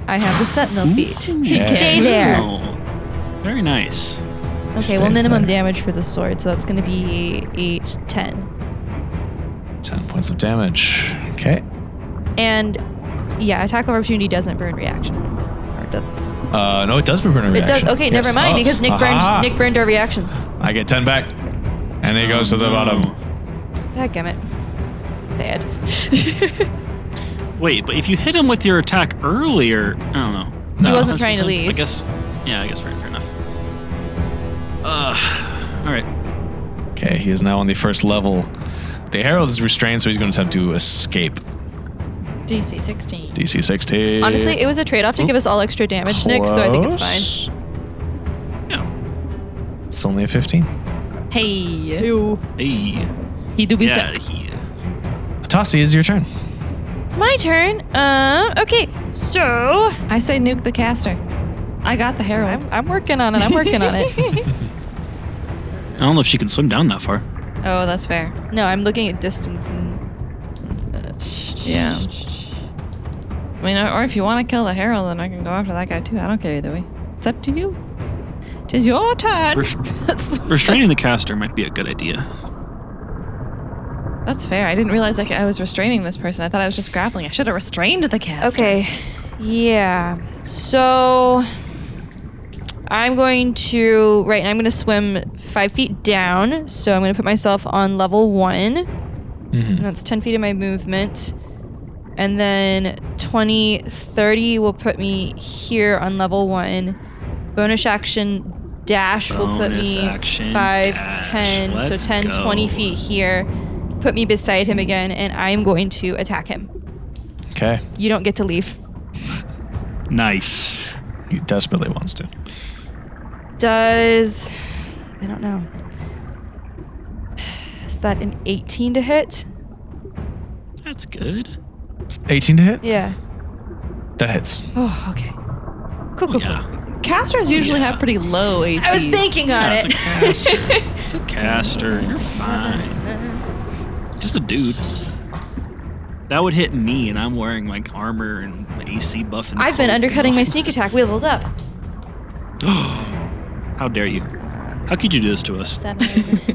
I have the Sentinel feat.
Stay there.
Sentinel. Oh, Very nice.
Okay, well,
Stays
minimum
there.
damage for the sword, so that's going to be 8, 10.
10 points of damage. Okay.
And yeah, attack of opportunity doesn't burn reaction. Or it doesn't.
Uh, no, it does burn a reaction.
It does. Okay,
Yes.
never mind,
Oh,
because Nick
aha.
burned, Nick burned our reactions.
I get 10 back. And it goes to the bottom.
That gummit. Bad.
Wait, but if you hit him with your attack earlier, I don't know.
He wasn't
That's
trying to
fine.
leave.
I guess. Yeah, I guess fair, fair enough. Uh, all right.
Okay, he is now on the first level. The Herald is restrained, so he's going to attempt to escape.
DC 16.
DC 16.
Honestly, it was a trade off to give us all extra damage, Nick, so I think it's
fine.
Yeah.
It's only a 15.
Hey.
Hey.
He do be
yeah.
stuck.
he-
Tassi, is your turn.
fine. It's my turn.
Uh,
Um, okay, so
I say nuke the caster. I got the herald.
I'm, I'm working on it. I'm working
[laughs]
on it.
I don't know if she can swim down that far.
oh, that's fair.
No, I'm looking at distance and.
Yeah. I mean, or or if you want to kill the herald, then I can go after that guy too. I don't care either way. It's up to you. Tis your turn.
Rest-
[laughs] that's,
Restraining the caster might be a good idea.
that's fair. I didn't realize like I was restraining this person. I thought I was just grappling. I should have restrained the caster.
Okay. Yeah. So I'm going to right now I'm gonna swim five feet down. So I'm gonna put myself on level one.
Mm-hmm.
And that's ten feet of my movement. And then 20, 30 will put me here on level one. Bonus action dash will put
Bonus
me
action
five,
dash.
10,
Let's
so 10, 20
go.
feet here. Put me beside him again, and I am going to attack him.
Okay.
You don't get to leave.
Nice.
He desperately wants to.
Does I don't know. Is that an 18 to hit?
That's good.
18 to hit?
Yeah.
That hits.
Oh, okay. Cool, cool, cool.
Yeah.
Casters usually
Yeah.
have pretty low ACs.
I was banking on
Yeah, it's
it.
a
[laughs]
caster. it's a caster. You're fine. Just a dude. That would hit me, and I'm wearing my armor and my AC buff. And
I've been
cloak. [laughs]
undercutting my sneak attack. We leveled up.
[laughs]
[gasps] How dare you? How could you do this to us?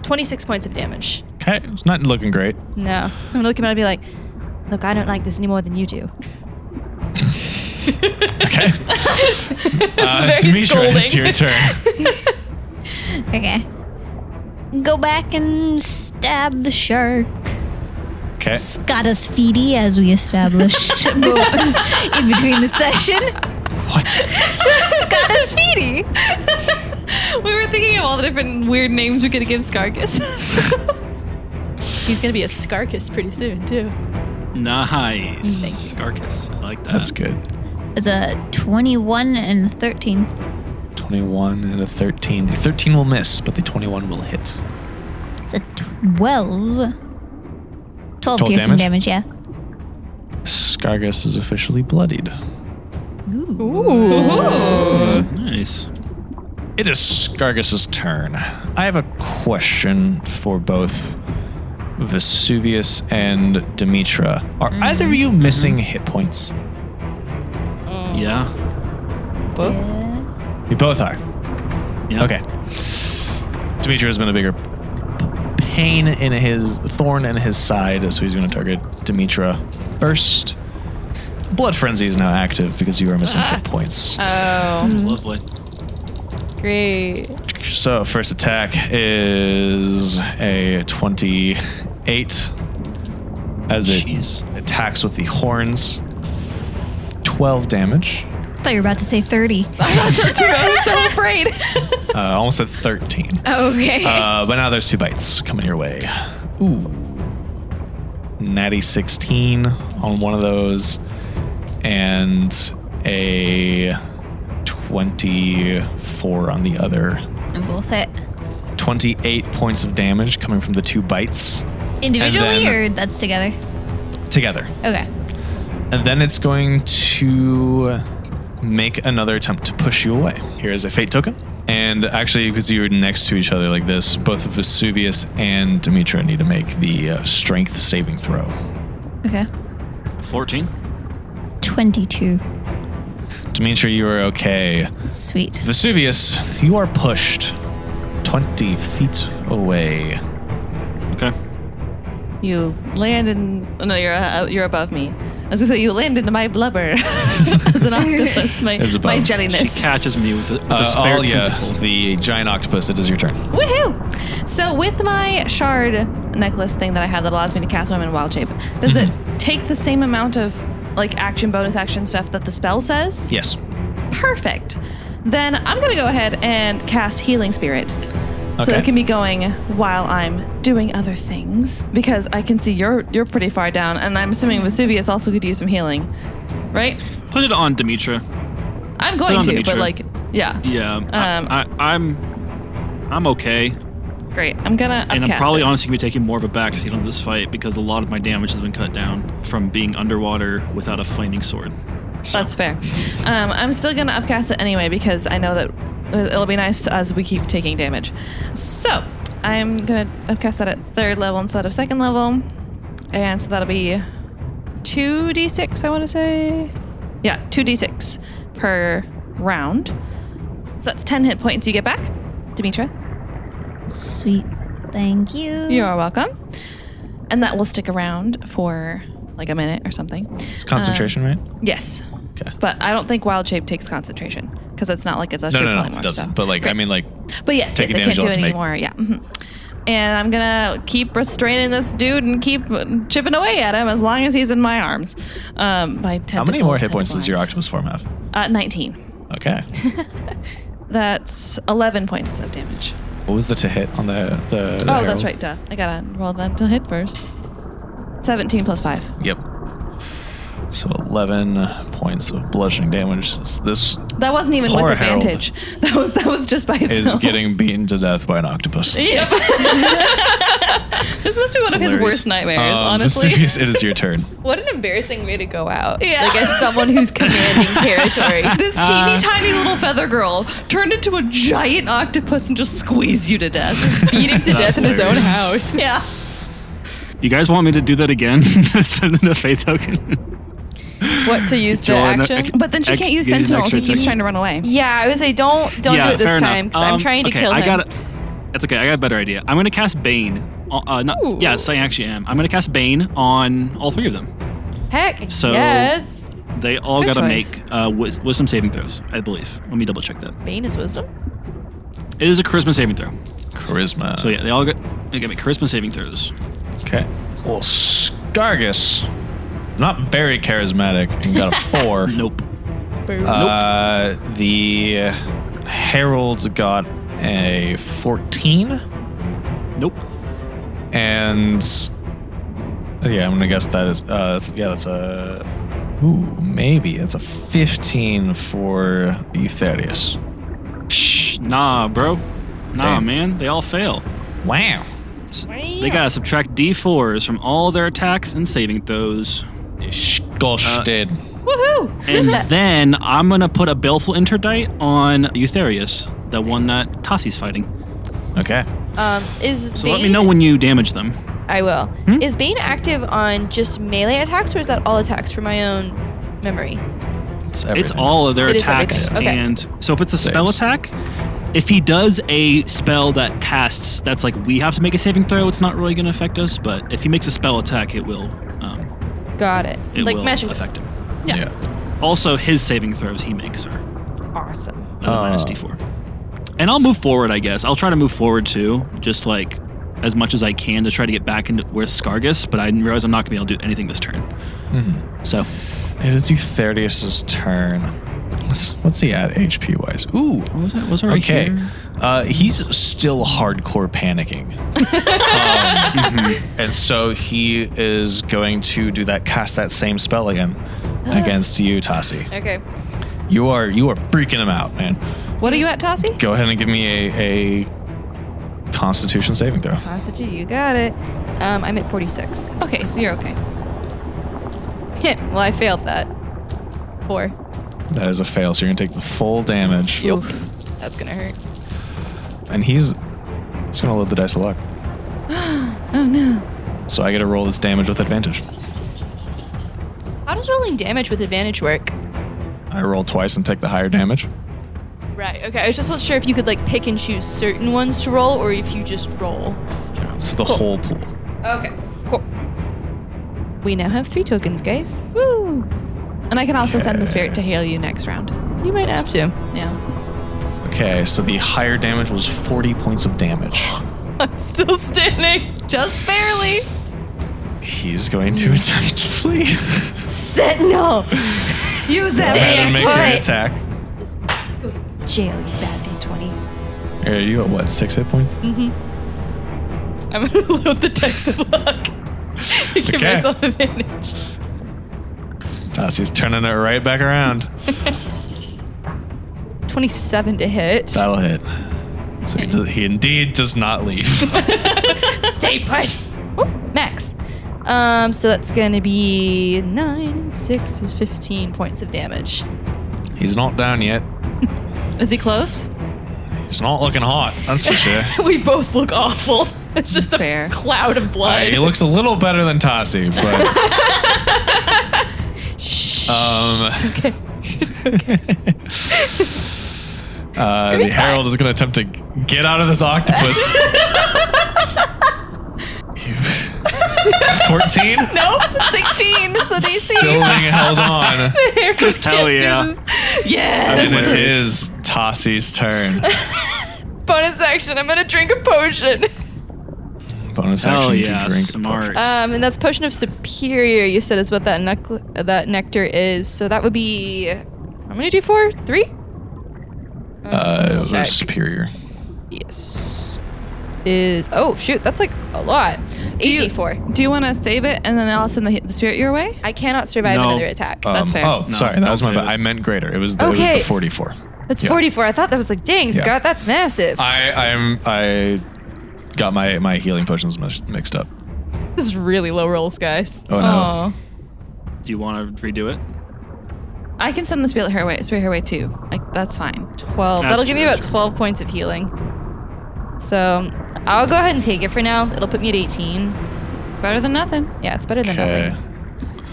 26 points of damage.
Okay. It's not looking great.
No. I'm gonna look at him and I'll be like, look, I don't like this any more than you do.
Okay. [laughs] uh,
Very
Demetra, it's
scolding.
your turn.
Okay. Go back and stab the shark.
Okay.
Scotus feedy, as we
[laughs]
established before- in between the session.
What?
Scotus feedy.
we were thinking of all the different weird names we could give Scargus.
[laughs] He's gonna be a Scarkus pretty soon too.
Nice. Scarkus. I like that.
That's good.
Is a 21 and a 13.
21 and a 13. The 13 will miss, but the 21 will hit.
It's a 12.
Twelve
12, piercing
damage?
damage, yeah.
Scargus is officially bloodied.
Nice.
It is Scargus's turn. I have a question for both Vesuvius and Demetra. Are
Mm-hmm.
either of you missing hit points?
Mm.
Yeah.
You both are.
yeah.
Okay. Demetra has been a bigger pain in his thorn in his side, so he's going to target Demetra first. Blood Frenzy is now active because you are missing hit points.
Mm-hmm.
Lovely.
Great.
So, first attack is a 28 as it
Jeez.
attacks with the horns. 12 damage.
I thought you were about to say 30.
Uh, almost at 13.
Okay.
Uh, but now there's two bites coming your way. Ooh. Natty 16 on one of those, and a 24 on the other.
and both hit.
28 points of damage coming from the two bites
Individually
then-
or that's together?
together.
Okay.
And then it's going to make another attempt to push you away. Here is a fate token. And actually, because you were next to each other like this, both Vesuvius and Demetra need to make the uh, strength saving throw.
Okay.
14.
22.
Demetra, you are okay.
Sweet.
Vesuvius, you are pushed 20 feet away.
Okay.
you land in. Oh no, you're uh, you're above me. I was gonna say you land into my blubber [laughs] as an octopus, my
Is above.
my
She [laughs]
jelliness.
catches me with the, with the
Uh,
spare
all, yeah,
tentacles.
the giant octopus, it is your turn.
Woohoo! So with my shard necklace thing that I have that allows me to cast when I'm in wild shape, does it take the same amount of like action, bonus action stuff that the spell says?
Yes.
Perfect. Then I'm gonna go ahead and cast Healing Spirit. So
Okay.
it can be going while I'm doing other things because I can see you're you're pretty far down, and I'm assuming Vesuvius also could use some healing, right?
Put it on Demetra.
I'm going
on
to,
the
but
meter.
like, yeah,
Yeah.
Um,
I, I, I'm I'm okay.
great. I'm gonna
And I'm
upcast
probably
it.
honestly gonna be taking more of a backseat on this fight because a lot of my damage has been cut down from being underwater without a flaming sword.
That's fair. Um, I'm still gonna upcast it anyway because I know that it'll be nice to as we keep taking damage. So I'm gonna upcast that at third level instead of second level, and so that'll be two d6. I want to say, yeah, two d6 per round. So that's ten hit points you get back, Demetra.
Sweet. Thank you.
You're welcome. And that will stick around for like a minute or something.
It's concentration, right?
Yes.
Okay.
But I don't think wild shape takes concentration because it's not like it's a
No,
shape
no, no,
polymorph,
it doesn't.
so-
But, like, I mean, like,
but yes, yes,
taking
I can't
damage
do
you'll have
it
to make.
anymore. Yeah. mhm. And I'm gonna keep restraining this dude and keep chipping away at him as long as he's in my arms. Um, my
how many more hit
tentacle-
points does your
tentacle
octopus form have?
arms. Uh, Nineteen.
Okay.
That's eleven points of damage.
What was the to hit on the the? the
oh,
herald?
that's right. Duh. I gotta roll them to hit first. Seventeen plus five.
Yep. So eleven points of bludgeoning damage. This- This
That wasn't even
Poor
with
Harold.
advantage. [laughs] That was that was just by itself. [laughs]
is getting beaten to death by an octopus.
[laughs]
Yep. this must be one of his
Hilarious.
worst nightmares,
Um, [laughs]
honestly.
Vesuvius, it is your turn.
What an embarrassing way to go out.
[laughs] Yeah.
Like as someone who's
[laughs]
commanding territory.
This
Uh.
teeny tiny little feather girl turned into a giant octopus and just squeezed you to
[laughs]
death.
Beat him to
That's
death in his own
hilarious.
house.
yeah.
You guys want me to do that again? [laughs] Spend the fate token.
What to use the
Draw an
action?
ex-
But then she
Ex-
can't use
use an
Sentinel.
extra
He keeps
attack.
trying to run away.
yeah, I would say don't don't do it
fair
this
enough.
time because I'm
Um,
trying to
okay,
kill him.
I got it. That's okay. I got a better idea. I'm gonna cast Bane. Uh, Uh, not,
Ooh.
yes, I actually am. I'm gonna cast Bane on all three of them.
Heck
So-
yes.
They all
Good
got to
choice.
make uh, wis- wisdom saving throws, I believe. Let me double check that.
Bane is wisdom.
It is a charisma saving throw.
Charisma.
So yeah, they all got they got to make charisma saving throws.
Okay. Well, Scargus, not very charismatic, and got a
[laughs]
four.
Nope.
Boom.
Uh, the Herald got a 14,
Nope.
and yeah, I'm gonna guess that is uh, that's- yeah, that's a ooh maybe that's a 15 for Eutherius.
Psh, nah, bro. Nah,
Damn.
man. They all fail.
Wow.
S- They got to subtract d4s from all their attacks and saving throws.
Disgusted.
Woohoo!
And then I'm going to put a baleful interdite on Eutherius, the one that Tassi's fighting.
okay.
Um, is
So
Bane,
let me know when you damage them.
I will.
Hmm?
Is Bane active on just melee attacks, or is that all attacks for my own memory?
It's,
It's
everything.
all of their
It is
attacks.
everything. Okay.
And so if it's a spell
Saves.
attack, if he does a spell that casts, that's like we have to make a saving throw, it's not really going to affect us. But if he makes a spell attack, it will. Um,
Got it.
it
Like
will
magic
affect him.
Yeah.
Also, his saving throws he makes are
Awesome.
with a
Uh,
minus d4. And I'll move forward, I guess. I'll try to move forward too, just like as much as I can to try to get back into where Scargus, but I didn't realize I'm not going to be able to do anything this turn.
Mm-hmm.
So,
It is Eutherius's turn. What's what's he at HP wise? Ooh,
what was that? Was already
Okay. [laughs]
here?
Uh, he's still hardcore panicking. um, And so he is going to do that, cast that same spell again
[gasps]
against you, Tassi.
Okay.
You are you are freaking him out, man.
What are you at, Tossie?
Go ahead and give me a, a Constitution saving throw.
Constitute, you got it. Um, I'm at 46.
Okay, so you're okay.
Hit. Well, I failed that. Four.
That is a fail, so you're gonna take the full damage.
Yep. That's gonna hurt.
And he's he's gonna load the dice of luck.
Oh no.
So I get to roll this damage with advantage.
How does rolling damage with advantage work?
I roll twice and take the higher damage.
Right. Okay. I was just not sure if you could like pick and choose certain ones to roll, or if you just roll.
So the whole pool.
Okay. Cool.
We now have three tokens, guys.
Woo. And I can also send the spirit to heal you next round.
You might have to.
Yeah. [laughs]
Okay, so the higher damage was 40 points of damage.
I'm still standing.
Just barely.
He's going to attempt to
[laughs]
flee.
Sentinel! Use that
Adam, make your
Right.
attack.
Jail, you bad D20.
Are you at what, six hit
[laughs]
points?
I'm gonna load the dice of luck. [laughs] Give
Okay.
myself advantage.
Tassi's turning it right back around.
27 to hit.
That'll hit. So he, does, he indeed does not leave. [laughs]
Stay put.
Whoop, max.
Um, so that's gonna be nine and six is 15 points of damage.
He's not down yet.
Is he close?
He's not looking hot, that's for sure.
[laughs] we both look awful. It's just a
Fair.
cloud of blood.
Uh, he looks a little better than Tassi, but. um,
okay.
[laughs] uh, the Herald is going to attempt to g- get out of
[laughs]
this octopus. 14?
[laughs] Nope, 16 is the DC.
Still being
[laughs]
held on.
Hell yeah.
Yes.
and it is Tossie's turn.
Bonus action. I'm gonna drink a potion.
Bonus
Hell
action
Oh, yeah.
to drink. the
Smart.
potion.
Um, and that's potion of superior. You said is what that nec- that nectar is. So that would be how many do four? Three.
Uh, it was
check.
superior.
Yes. Is oh shoot, that's like a lot. It's
Do you-
84.
Do you want to save it and then I'll send the, the spirit your way?
I cannot survive
No.
another attack.
Um,
fair.
Oh,
No,
sorry, that was my
that's
bad.
it.
I meant greater. It was the, it was
Okay.
the 44.
that's
yeah.
44. I thought that was like, dang, Scott, that's massive.
I I'm I got my my healing potions mis- mixed up.
this is really low rolls, guys.
Oh no.
Oh.
Do you want to redo it?
I can send the spirit her way. Spirit her way too. Like that's fine.
12.
That's
That'll give
true,
me about
that's true.
12 points of healing. So I'll go ahead and take it for now. It'll put me at 18.
Better than nothing.
Yeah, it's better than
Okay.
nothing.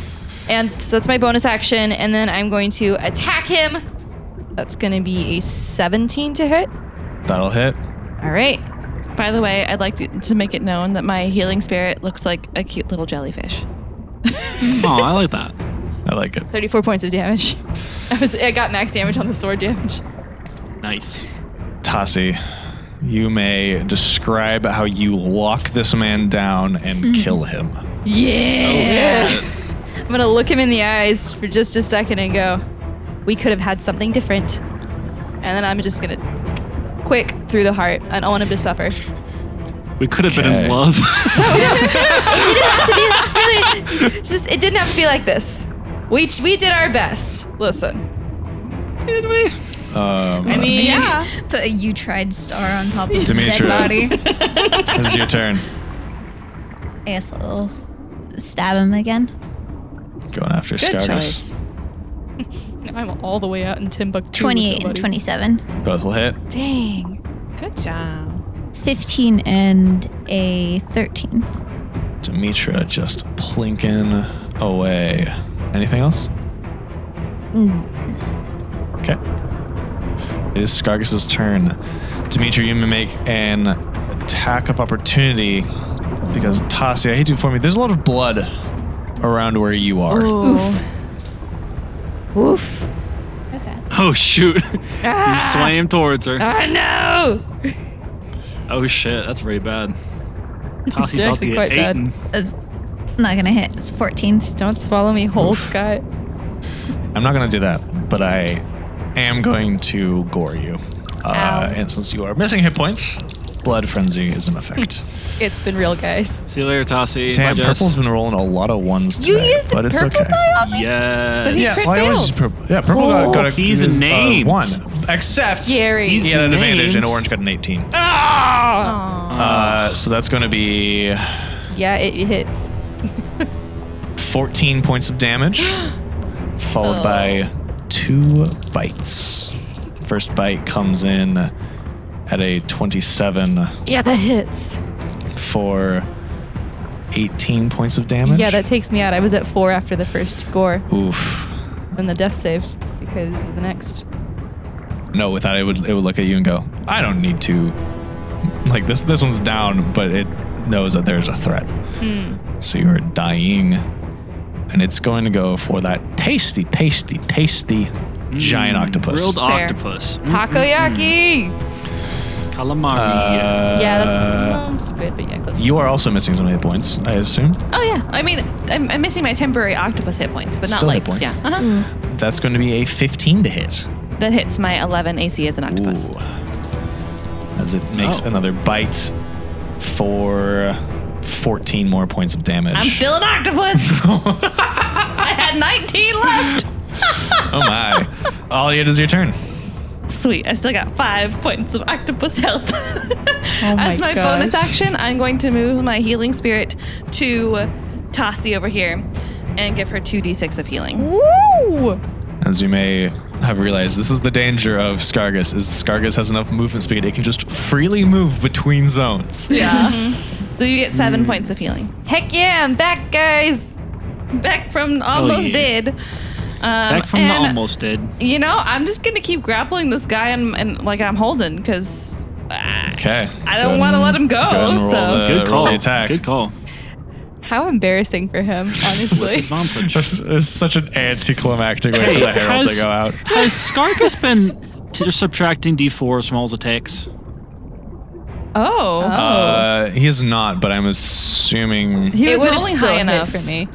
And so that's my bonus action. And then I'm going to attack him. That's going to be a 17 to hit.
That'll hit.
All right.
By the way, I'd like to, to make it known that my healing spirit looks like a cute little jellyfish.
Oh, I like that.
I like it.
34 points of
[laughs]
damage. I was I got max damage on the sword damage.
Nice.
Tassi, you may describe how you lock this man down and kill him.
Yeah.
I'm gonna look him in the eyes for just a second and go, we could have had something different. And then I'm just gonna quick through the heart. I don't want him to suffer.
We could have been
Okay.
in love. [laughs]
It didn't have to be really, just it didn't have to be like this. We we did our best. Listen.
Did we?
Um,
Oh. I mean, yeah.
Put a you tried star on top of his
Demetria.
dead [laughs] body.
this
[laughs]
is your turn.
I guess I'll stab him again.
Going after
Good
Scargus.
choice.
I'm all the way out in Timbuktu. with
28 and
nobody.
27.
Both will hit.
Dang. Good job.
15 and a 13.
Demetra just plinking away. Anything else?
Mm.
Okay. It is Scargus's turn. Demetra, you may make an attack of opportunity because Tassi, I hate to inform you, there's a lot of blood around where you are.
Woof.
Oh shoot! you
Ah.
swam towards her.
I know.
Oh shit, that's very bad.
[laughs]
Tossy
It's actually quite bad.
That's not gonna hit. It's 14.
Don't swallow me whole,
Oof.
Scott.
I'm not going to do that, but I am going to gore you. Uh, and since you are missing hit points, Blood Frenzy is in effect.
It's been real, guys.
See you later, Tossy.
Damn, Purple's been rolling a lot of ones
You
today,
used the
but it's
purple
okay.
[laughs]
Yes.
He
Yeah,
crit
well, I always
failed.
use purple. Yeah, purple got, got a
He's
is, uh,
named.
one, except
Gary.
he had an
He's
advantage, and
named.
orange got an eighteen.
Ah!
Uh, so that's going to be
Yeah, it hits.
fourteen points of damage,
[gasps] Oh.
followed by two bites. First bite comes in at a twenty-seven
Yeah, that hits.
for eighteen points of damage.
Yeah, that takes me out. I was at four after the first gore,
Oof.
then the death save because of the next.
No, without it would it would look at you and go, I don't need to. Like this this one's down, but it knows that there's a threat. So you are dying, and it's going to go for that tasty, tasty, tasty giant octopus. Uh,
Grilled
Fair.
octopus.
Takoyaki.
Calamari.
Uh,
yeah, that's well, it's good, but yeah, close.
You are also missing some hit points, I assume.
Oh yeah. I mean, I'm, I'm missing my temporary octopus hit points, but not
Still hit
like
points.
yeah. Uh-huh.
That's going to be a 15 to hit.
That hits my 11 AC as an octopus.
Ooh. As it makes
Oh.
another bite for 14 more points of damage.
I'm still an octopus. I had 19 left.
oh my. All it is your turn.
Sweet. I still got five points of octopus health. [laughs] As
Oh my
my bonus action, I'm going to move my healing spirit to Tassi over here and give her 2d6 of healing.
Woo!
As you may have realized, this is the danger of Scargus, is Scargus has enough movement speed. It can just freely move between
[laughs]
zones.
Yeah. so you get seven points of healing.
Heck yeah, I'm back, guys.
Back from almost
yeah.
dead. Um,
Back from the
and,
almost dead.
You know, I'm just going to keep grappling this guy and, and like I'm holding because
Okay.
I don't wanna let him go, so-
Good call.
Uh, The attack.
Good call.
How embarrassing for him, honestly.
Disadvantage.
This is such an anticlimactic way for the herald to go out.
[laughs] has Scargus been t- subtracting d4s from all his attacks?
oh,
Uh, he is not, but I'm assuming
he was
would've
rolling
still
high
hit
enough
for me.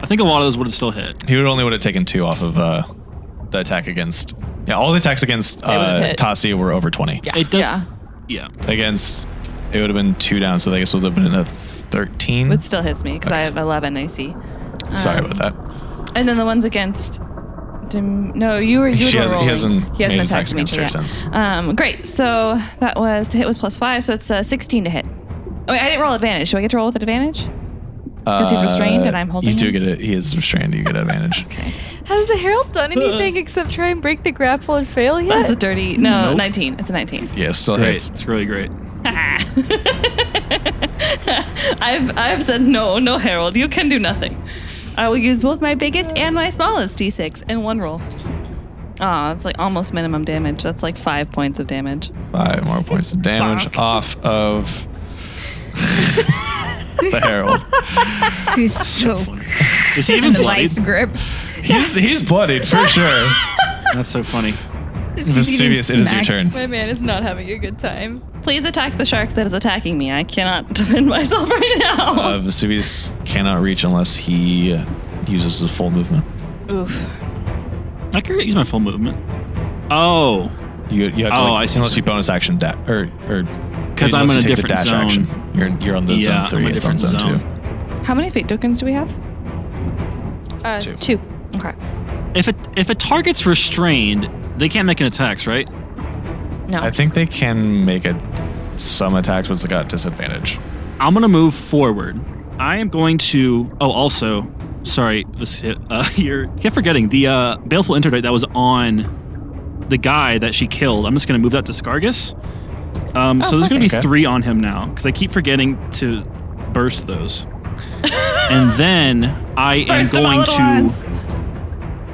I think a lot of those would have still hit.
he would only would have taken two off of uh, the attack against. Yeah, all the attacks against
would've
uh,
hit.
Tassi were over 20.
Yeah.
It does.
Yeah.
yeah.
Against, it would have been two down, so I guess it would have been a 13.
It still hits me because I have 11 AC.
Sorry
Um,
about that.
And then the ones against. Dim- no, you were. You
She
were
hasn't- he hasn't
rolling. He
made
hasn't
his
attacked
attacks
me
against her
yet.
since.
Um, great. So that was to hit was plus five, so it's uh, 16 to hit. Oh, wait, I didn't roll advantage. Do I get to roll with advantage? Because he's restrained and I'm holding
Uh, You do
him?
get it. He is restrained. You get
[laughs]
advantage.
Has the Herald
[laughs]
done anything except try and break the grapple and fail yet?
That's a dirty. No,
Nope.
19. It's a 19.
Yeah, still
Great.
hits.
It's really great.
[laughs] I've I've said no, no, Harold. You can do nothing. I will use both my biggest and my smallest d6 in one roll. Ah, that's like almost minimum damage. That's like five points of damage.
Five more points of damage off
[laughs]
of [laughs] the herald.
Who's so
Is he
in
even
the
[laughs] bloodied?
vice grip.
He's he's bloodied
[laughs]
for sure.
That's so funny.
Vesuvius, it is your turn.
My man is not having a good time. Please attack the shark that is attacking me. I cannot [laughs] defend myself right now.
Uh, Vesuvius cannot reach unless he uh, uses his full movement.
Oof.
I could use my full movement. Oh,
You, you have to
Oh, I
like,
see what
unless you
you're
bonus action da- or or
'Cause
unless
I'm in
you
a
take the
different
dash
zone.
action. You're you're on the
Yeah,
zone three.
I'm in a
it's on zone,
different
two.
zone.
How many fate tokens do we have?
Uh,
Two.
two.
Okay.
if it if a target's restrained, they can't make an attacks, right?
No.
I think they can make a some attacks, but it's got disadvantage.
I'm gonna move forward. I am going to. Oh, also, sorry, this, uh, [laughs] you're keep forgetting the uh, baleful interdict that was on the guy that she killed. I'm just gonna move that to Scargus. Um,
Oh,
so there's gonna be
Okay.
three on him now because I keep forgetting to
[laughs]
burst those. and then I am
Burst 'em all
going
at
to.
once.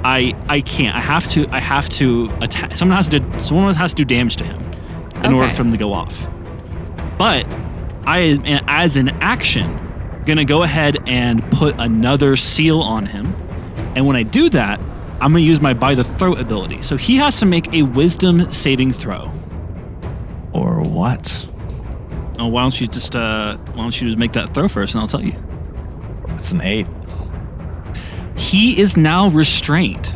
I I can't. I have to. I have to attack. Someone has to. Someone has to do damage to him in order
Okay.
for him to go off. But I, am- as an action, gonna go ahead and put another seal on him. And when I do that, I'm gonna use my by the throat ability. So he has to make a wisdom saving throw.
Or what?
Oh, why don't you just uh, why don't you just make that throw first, and I'll tell you.
It's an eight.
He is now restrained.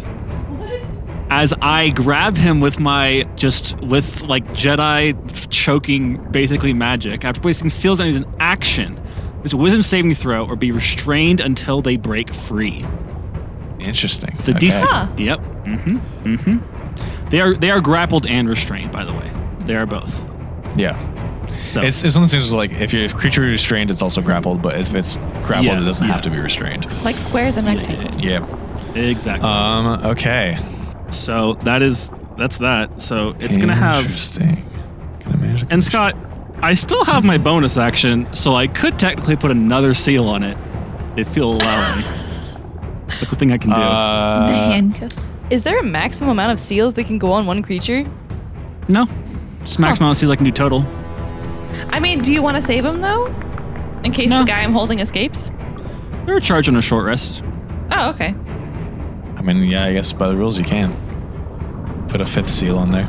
As I grab him with my just with like Jedi choking basically magic after placing seals on him as an action. It's a wisdom saving throw or be restrained until they break free.
Interesting.
The
okay.
DC. Yep. Mm-hmm. Mm-hmm. They are they are grappled and restrained, by the way. They are both.
Yeah.
So
It's, uh, it's one of those things like if your if creature is restrained, it's also grappled, but if it's grappled,
Yeah,
it doesn't
yeah.
have to be restrained.
Like squares and rectangles.
Yeah.
exactly.
Um. Okay.
so that is that's that. So it's gonna have
Interesting. Can I manage to-
And Scott, I still have my bonus action, so I could technically put another seal on it if you'll allow me. That's a thing I can do.
the
Uh,
handcuffs.
Is there a maximum amount of seals that can go on one creature?
no, just max amount of seals I can do total.
I mean, do you want to save him though? In case
No.
the guy I'm holding escapes?
They're a charge on a short rest.
Oh, okay.
Uh, I mean, yeah. I guess by the rules, you can put a fifth seal on there.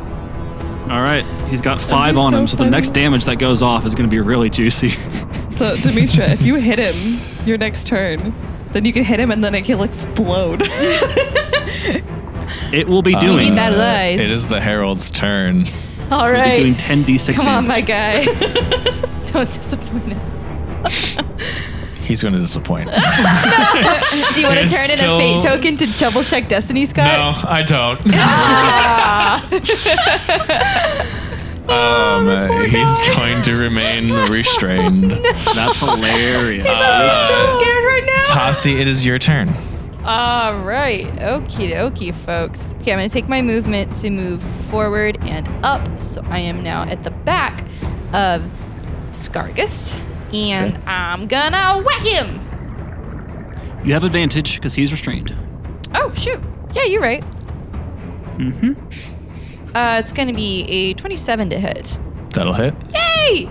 All right, he's got five on him, so the
funny.
next damage that goes off is going to be really juicy. [laughs]
So, Demetra, if you hit him your next turn, then you can hit him and then he'll explode. [laughs]
it will be doing.
Uh, need that lies.
It is the herald's turn.
All
it'll be doing
right.
10d6
Come on,
damage.
my guy.
Don't disappoint us.
He's going
[laughs]
to disappoint.
Do you want to
It's
turn in
still-
a fate token to double check Destiny, Scott?
No,
[laughs]
I don't.
Ah.
[laughs]
Oh,
um, uh, he's going to
[laughs]
remain restrained.
That's hilarious.
Uh,
scared right now.
Tassi, it is your turn.
All right, okie dokie, folks. Okay, I'm gonna take my movement to move forward and up, so I am now at the back of Scargus, and
Okay.
I'm gonna whack him.
you have advantage because he's restrained.
Oh shoot! Yeah, you're right.
Mm-hmm.
Uh, it's gonna be a 27 to hit.
That'll hit.
Yay!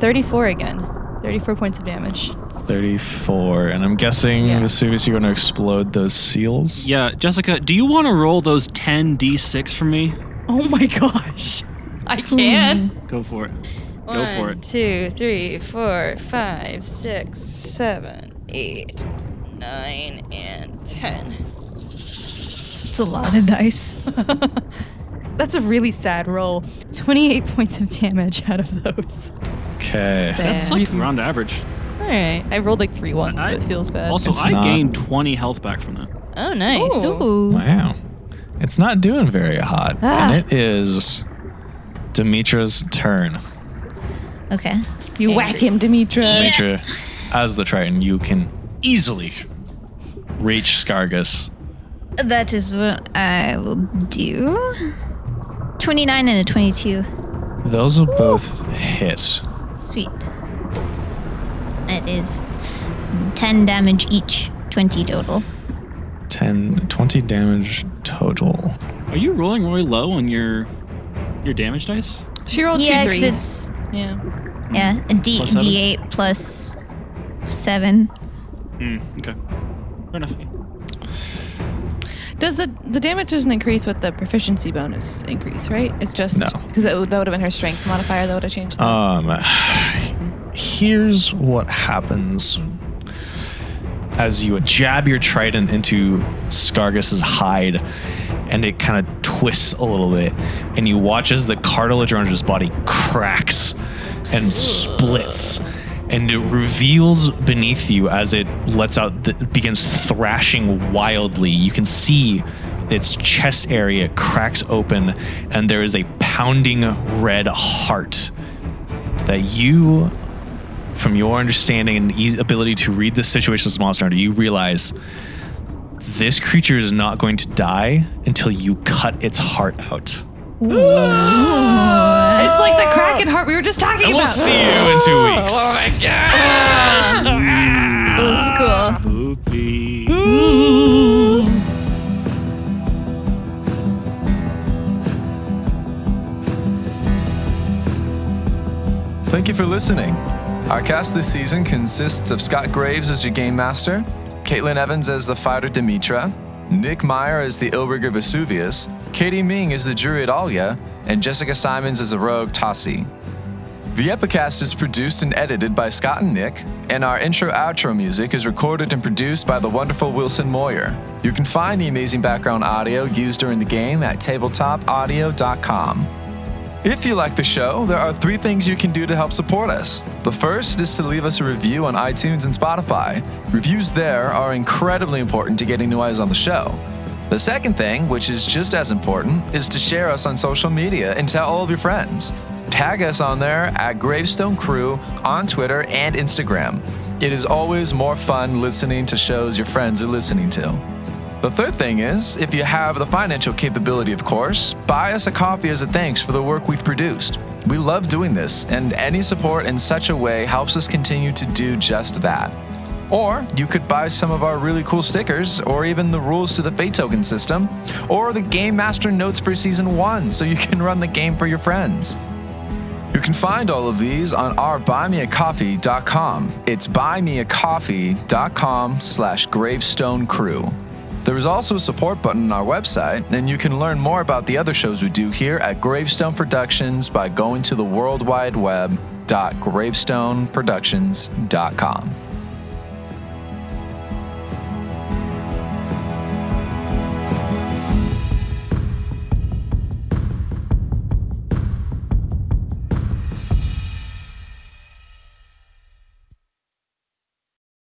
34 again. 34 points of damage.
34. And I'm guessing,
Yeah.
Vesuvius, you're going to explode those seals?
Yeah, Jessica, do you want to roll those 10d6 for me?
Oh my gosh! I can.
Hmm.
Go for it. Go
One,
for it.
two, three, four, five, six, seven, eight, nine, and ten.
It's a lot of dice. [laughs]
That's a really sad roll. 28 points of damage out of those.
Okay.
That's like around average.
All right. I rolled like three ones, so
I-
it feels bad.
Also,
It's
I
not-
gained 20 health back from that.
oh, nice.
Ooh.
Wow. It's not doing very hot.
Ah.
And it is Demetra's turn.
Okay.
You whack him, Demetra.
Demetra, as the Triton, you can easily reach Scargus.
That is what I will do. 29 and a 22.
Those will both hit.
Sweet. That is 10 damage each, 20 total.
10, 20 damage total.
Are you rolling really low on your your damage dice?
She rolled
yeah,
Oh, two
'cause
threes.
it's
yeah.
E yeah, a D,
Plus seven?
D8 plus 7.
Mm, okay. Fair enough.
Does the the damage doesn't increase with the proficiency bonus increase, right? It's just
No.
because that would have been her strength modifier that would have changed. that.
Um, here's what happens as you jab your trident into Scargus's hide, and it kind of twists a little bit, and you watch as the cartilage around his body cracks and splits. And it reveals beneath you as it lets out, the, begins thrashing wildly. You can see its chest area cracks open, and there is a pounding red heart that you, from your understanding and eas ability to read the situation as a monster hunter, you realize this creature is not going to die until you cut its heart out.
it's like the Kraken heart we were just talking
And
about.
we'll see you in two weeks.
Thank you for listening. Our cast this season consists of Scott Graves as your game master, Caitlin Evans as the fighter Demetra, Nick Meyer as the Illrigger Vesuvius, Katie Ming as the druid Alia, and Jessica Simons as the rogue Tassi. The Epicast is produced and edited by Scott and Nick, and our intro outro music is recorded and produced by the wonderful Wilson Moyer. You can find the amazing background audio used during the game at tabletopaudio.com. If you like the show, there are three things you can do to help support us. The first is to leave us a review on iTunes and Spotify. Reviews there are incredibly important to getting new eyes on the show. The second thing, which is just as important, is to share us on social media and tell all of your friends. Tag us on there at Gravestone Crew on Twitter and Instagram. It is always more fun listening to shows your friends are listening to. The third thing is, if you have the financial capability, of course, buy us a coffee as a thanks for the work we've produced. We love doing this, and any support in such a way helps us continue to do just that. Or you could buy some of our really cool stickers, or even the rules to the Fate Token system, or the Game Master notes for Season 1 so you can run the game for your friends. You can find all of these on our buymeacoffee.com. It's buymeacoffee.com slash gravestone crew. There is also a support button on our website, and you can learn more about the other shows we do here at Gravestone Productions by going to the world wide web dot gravestoneproductions.com.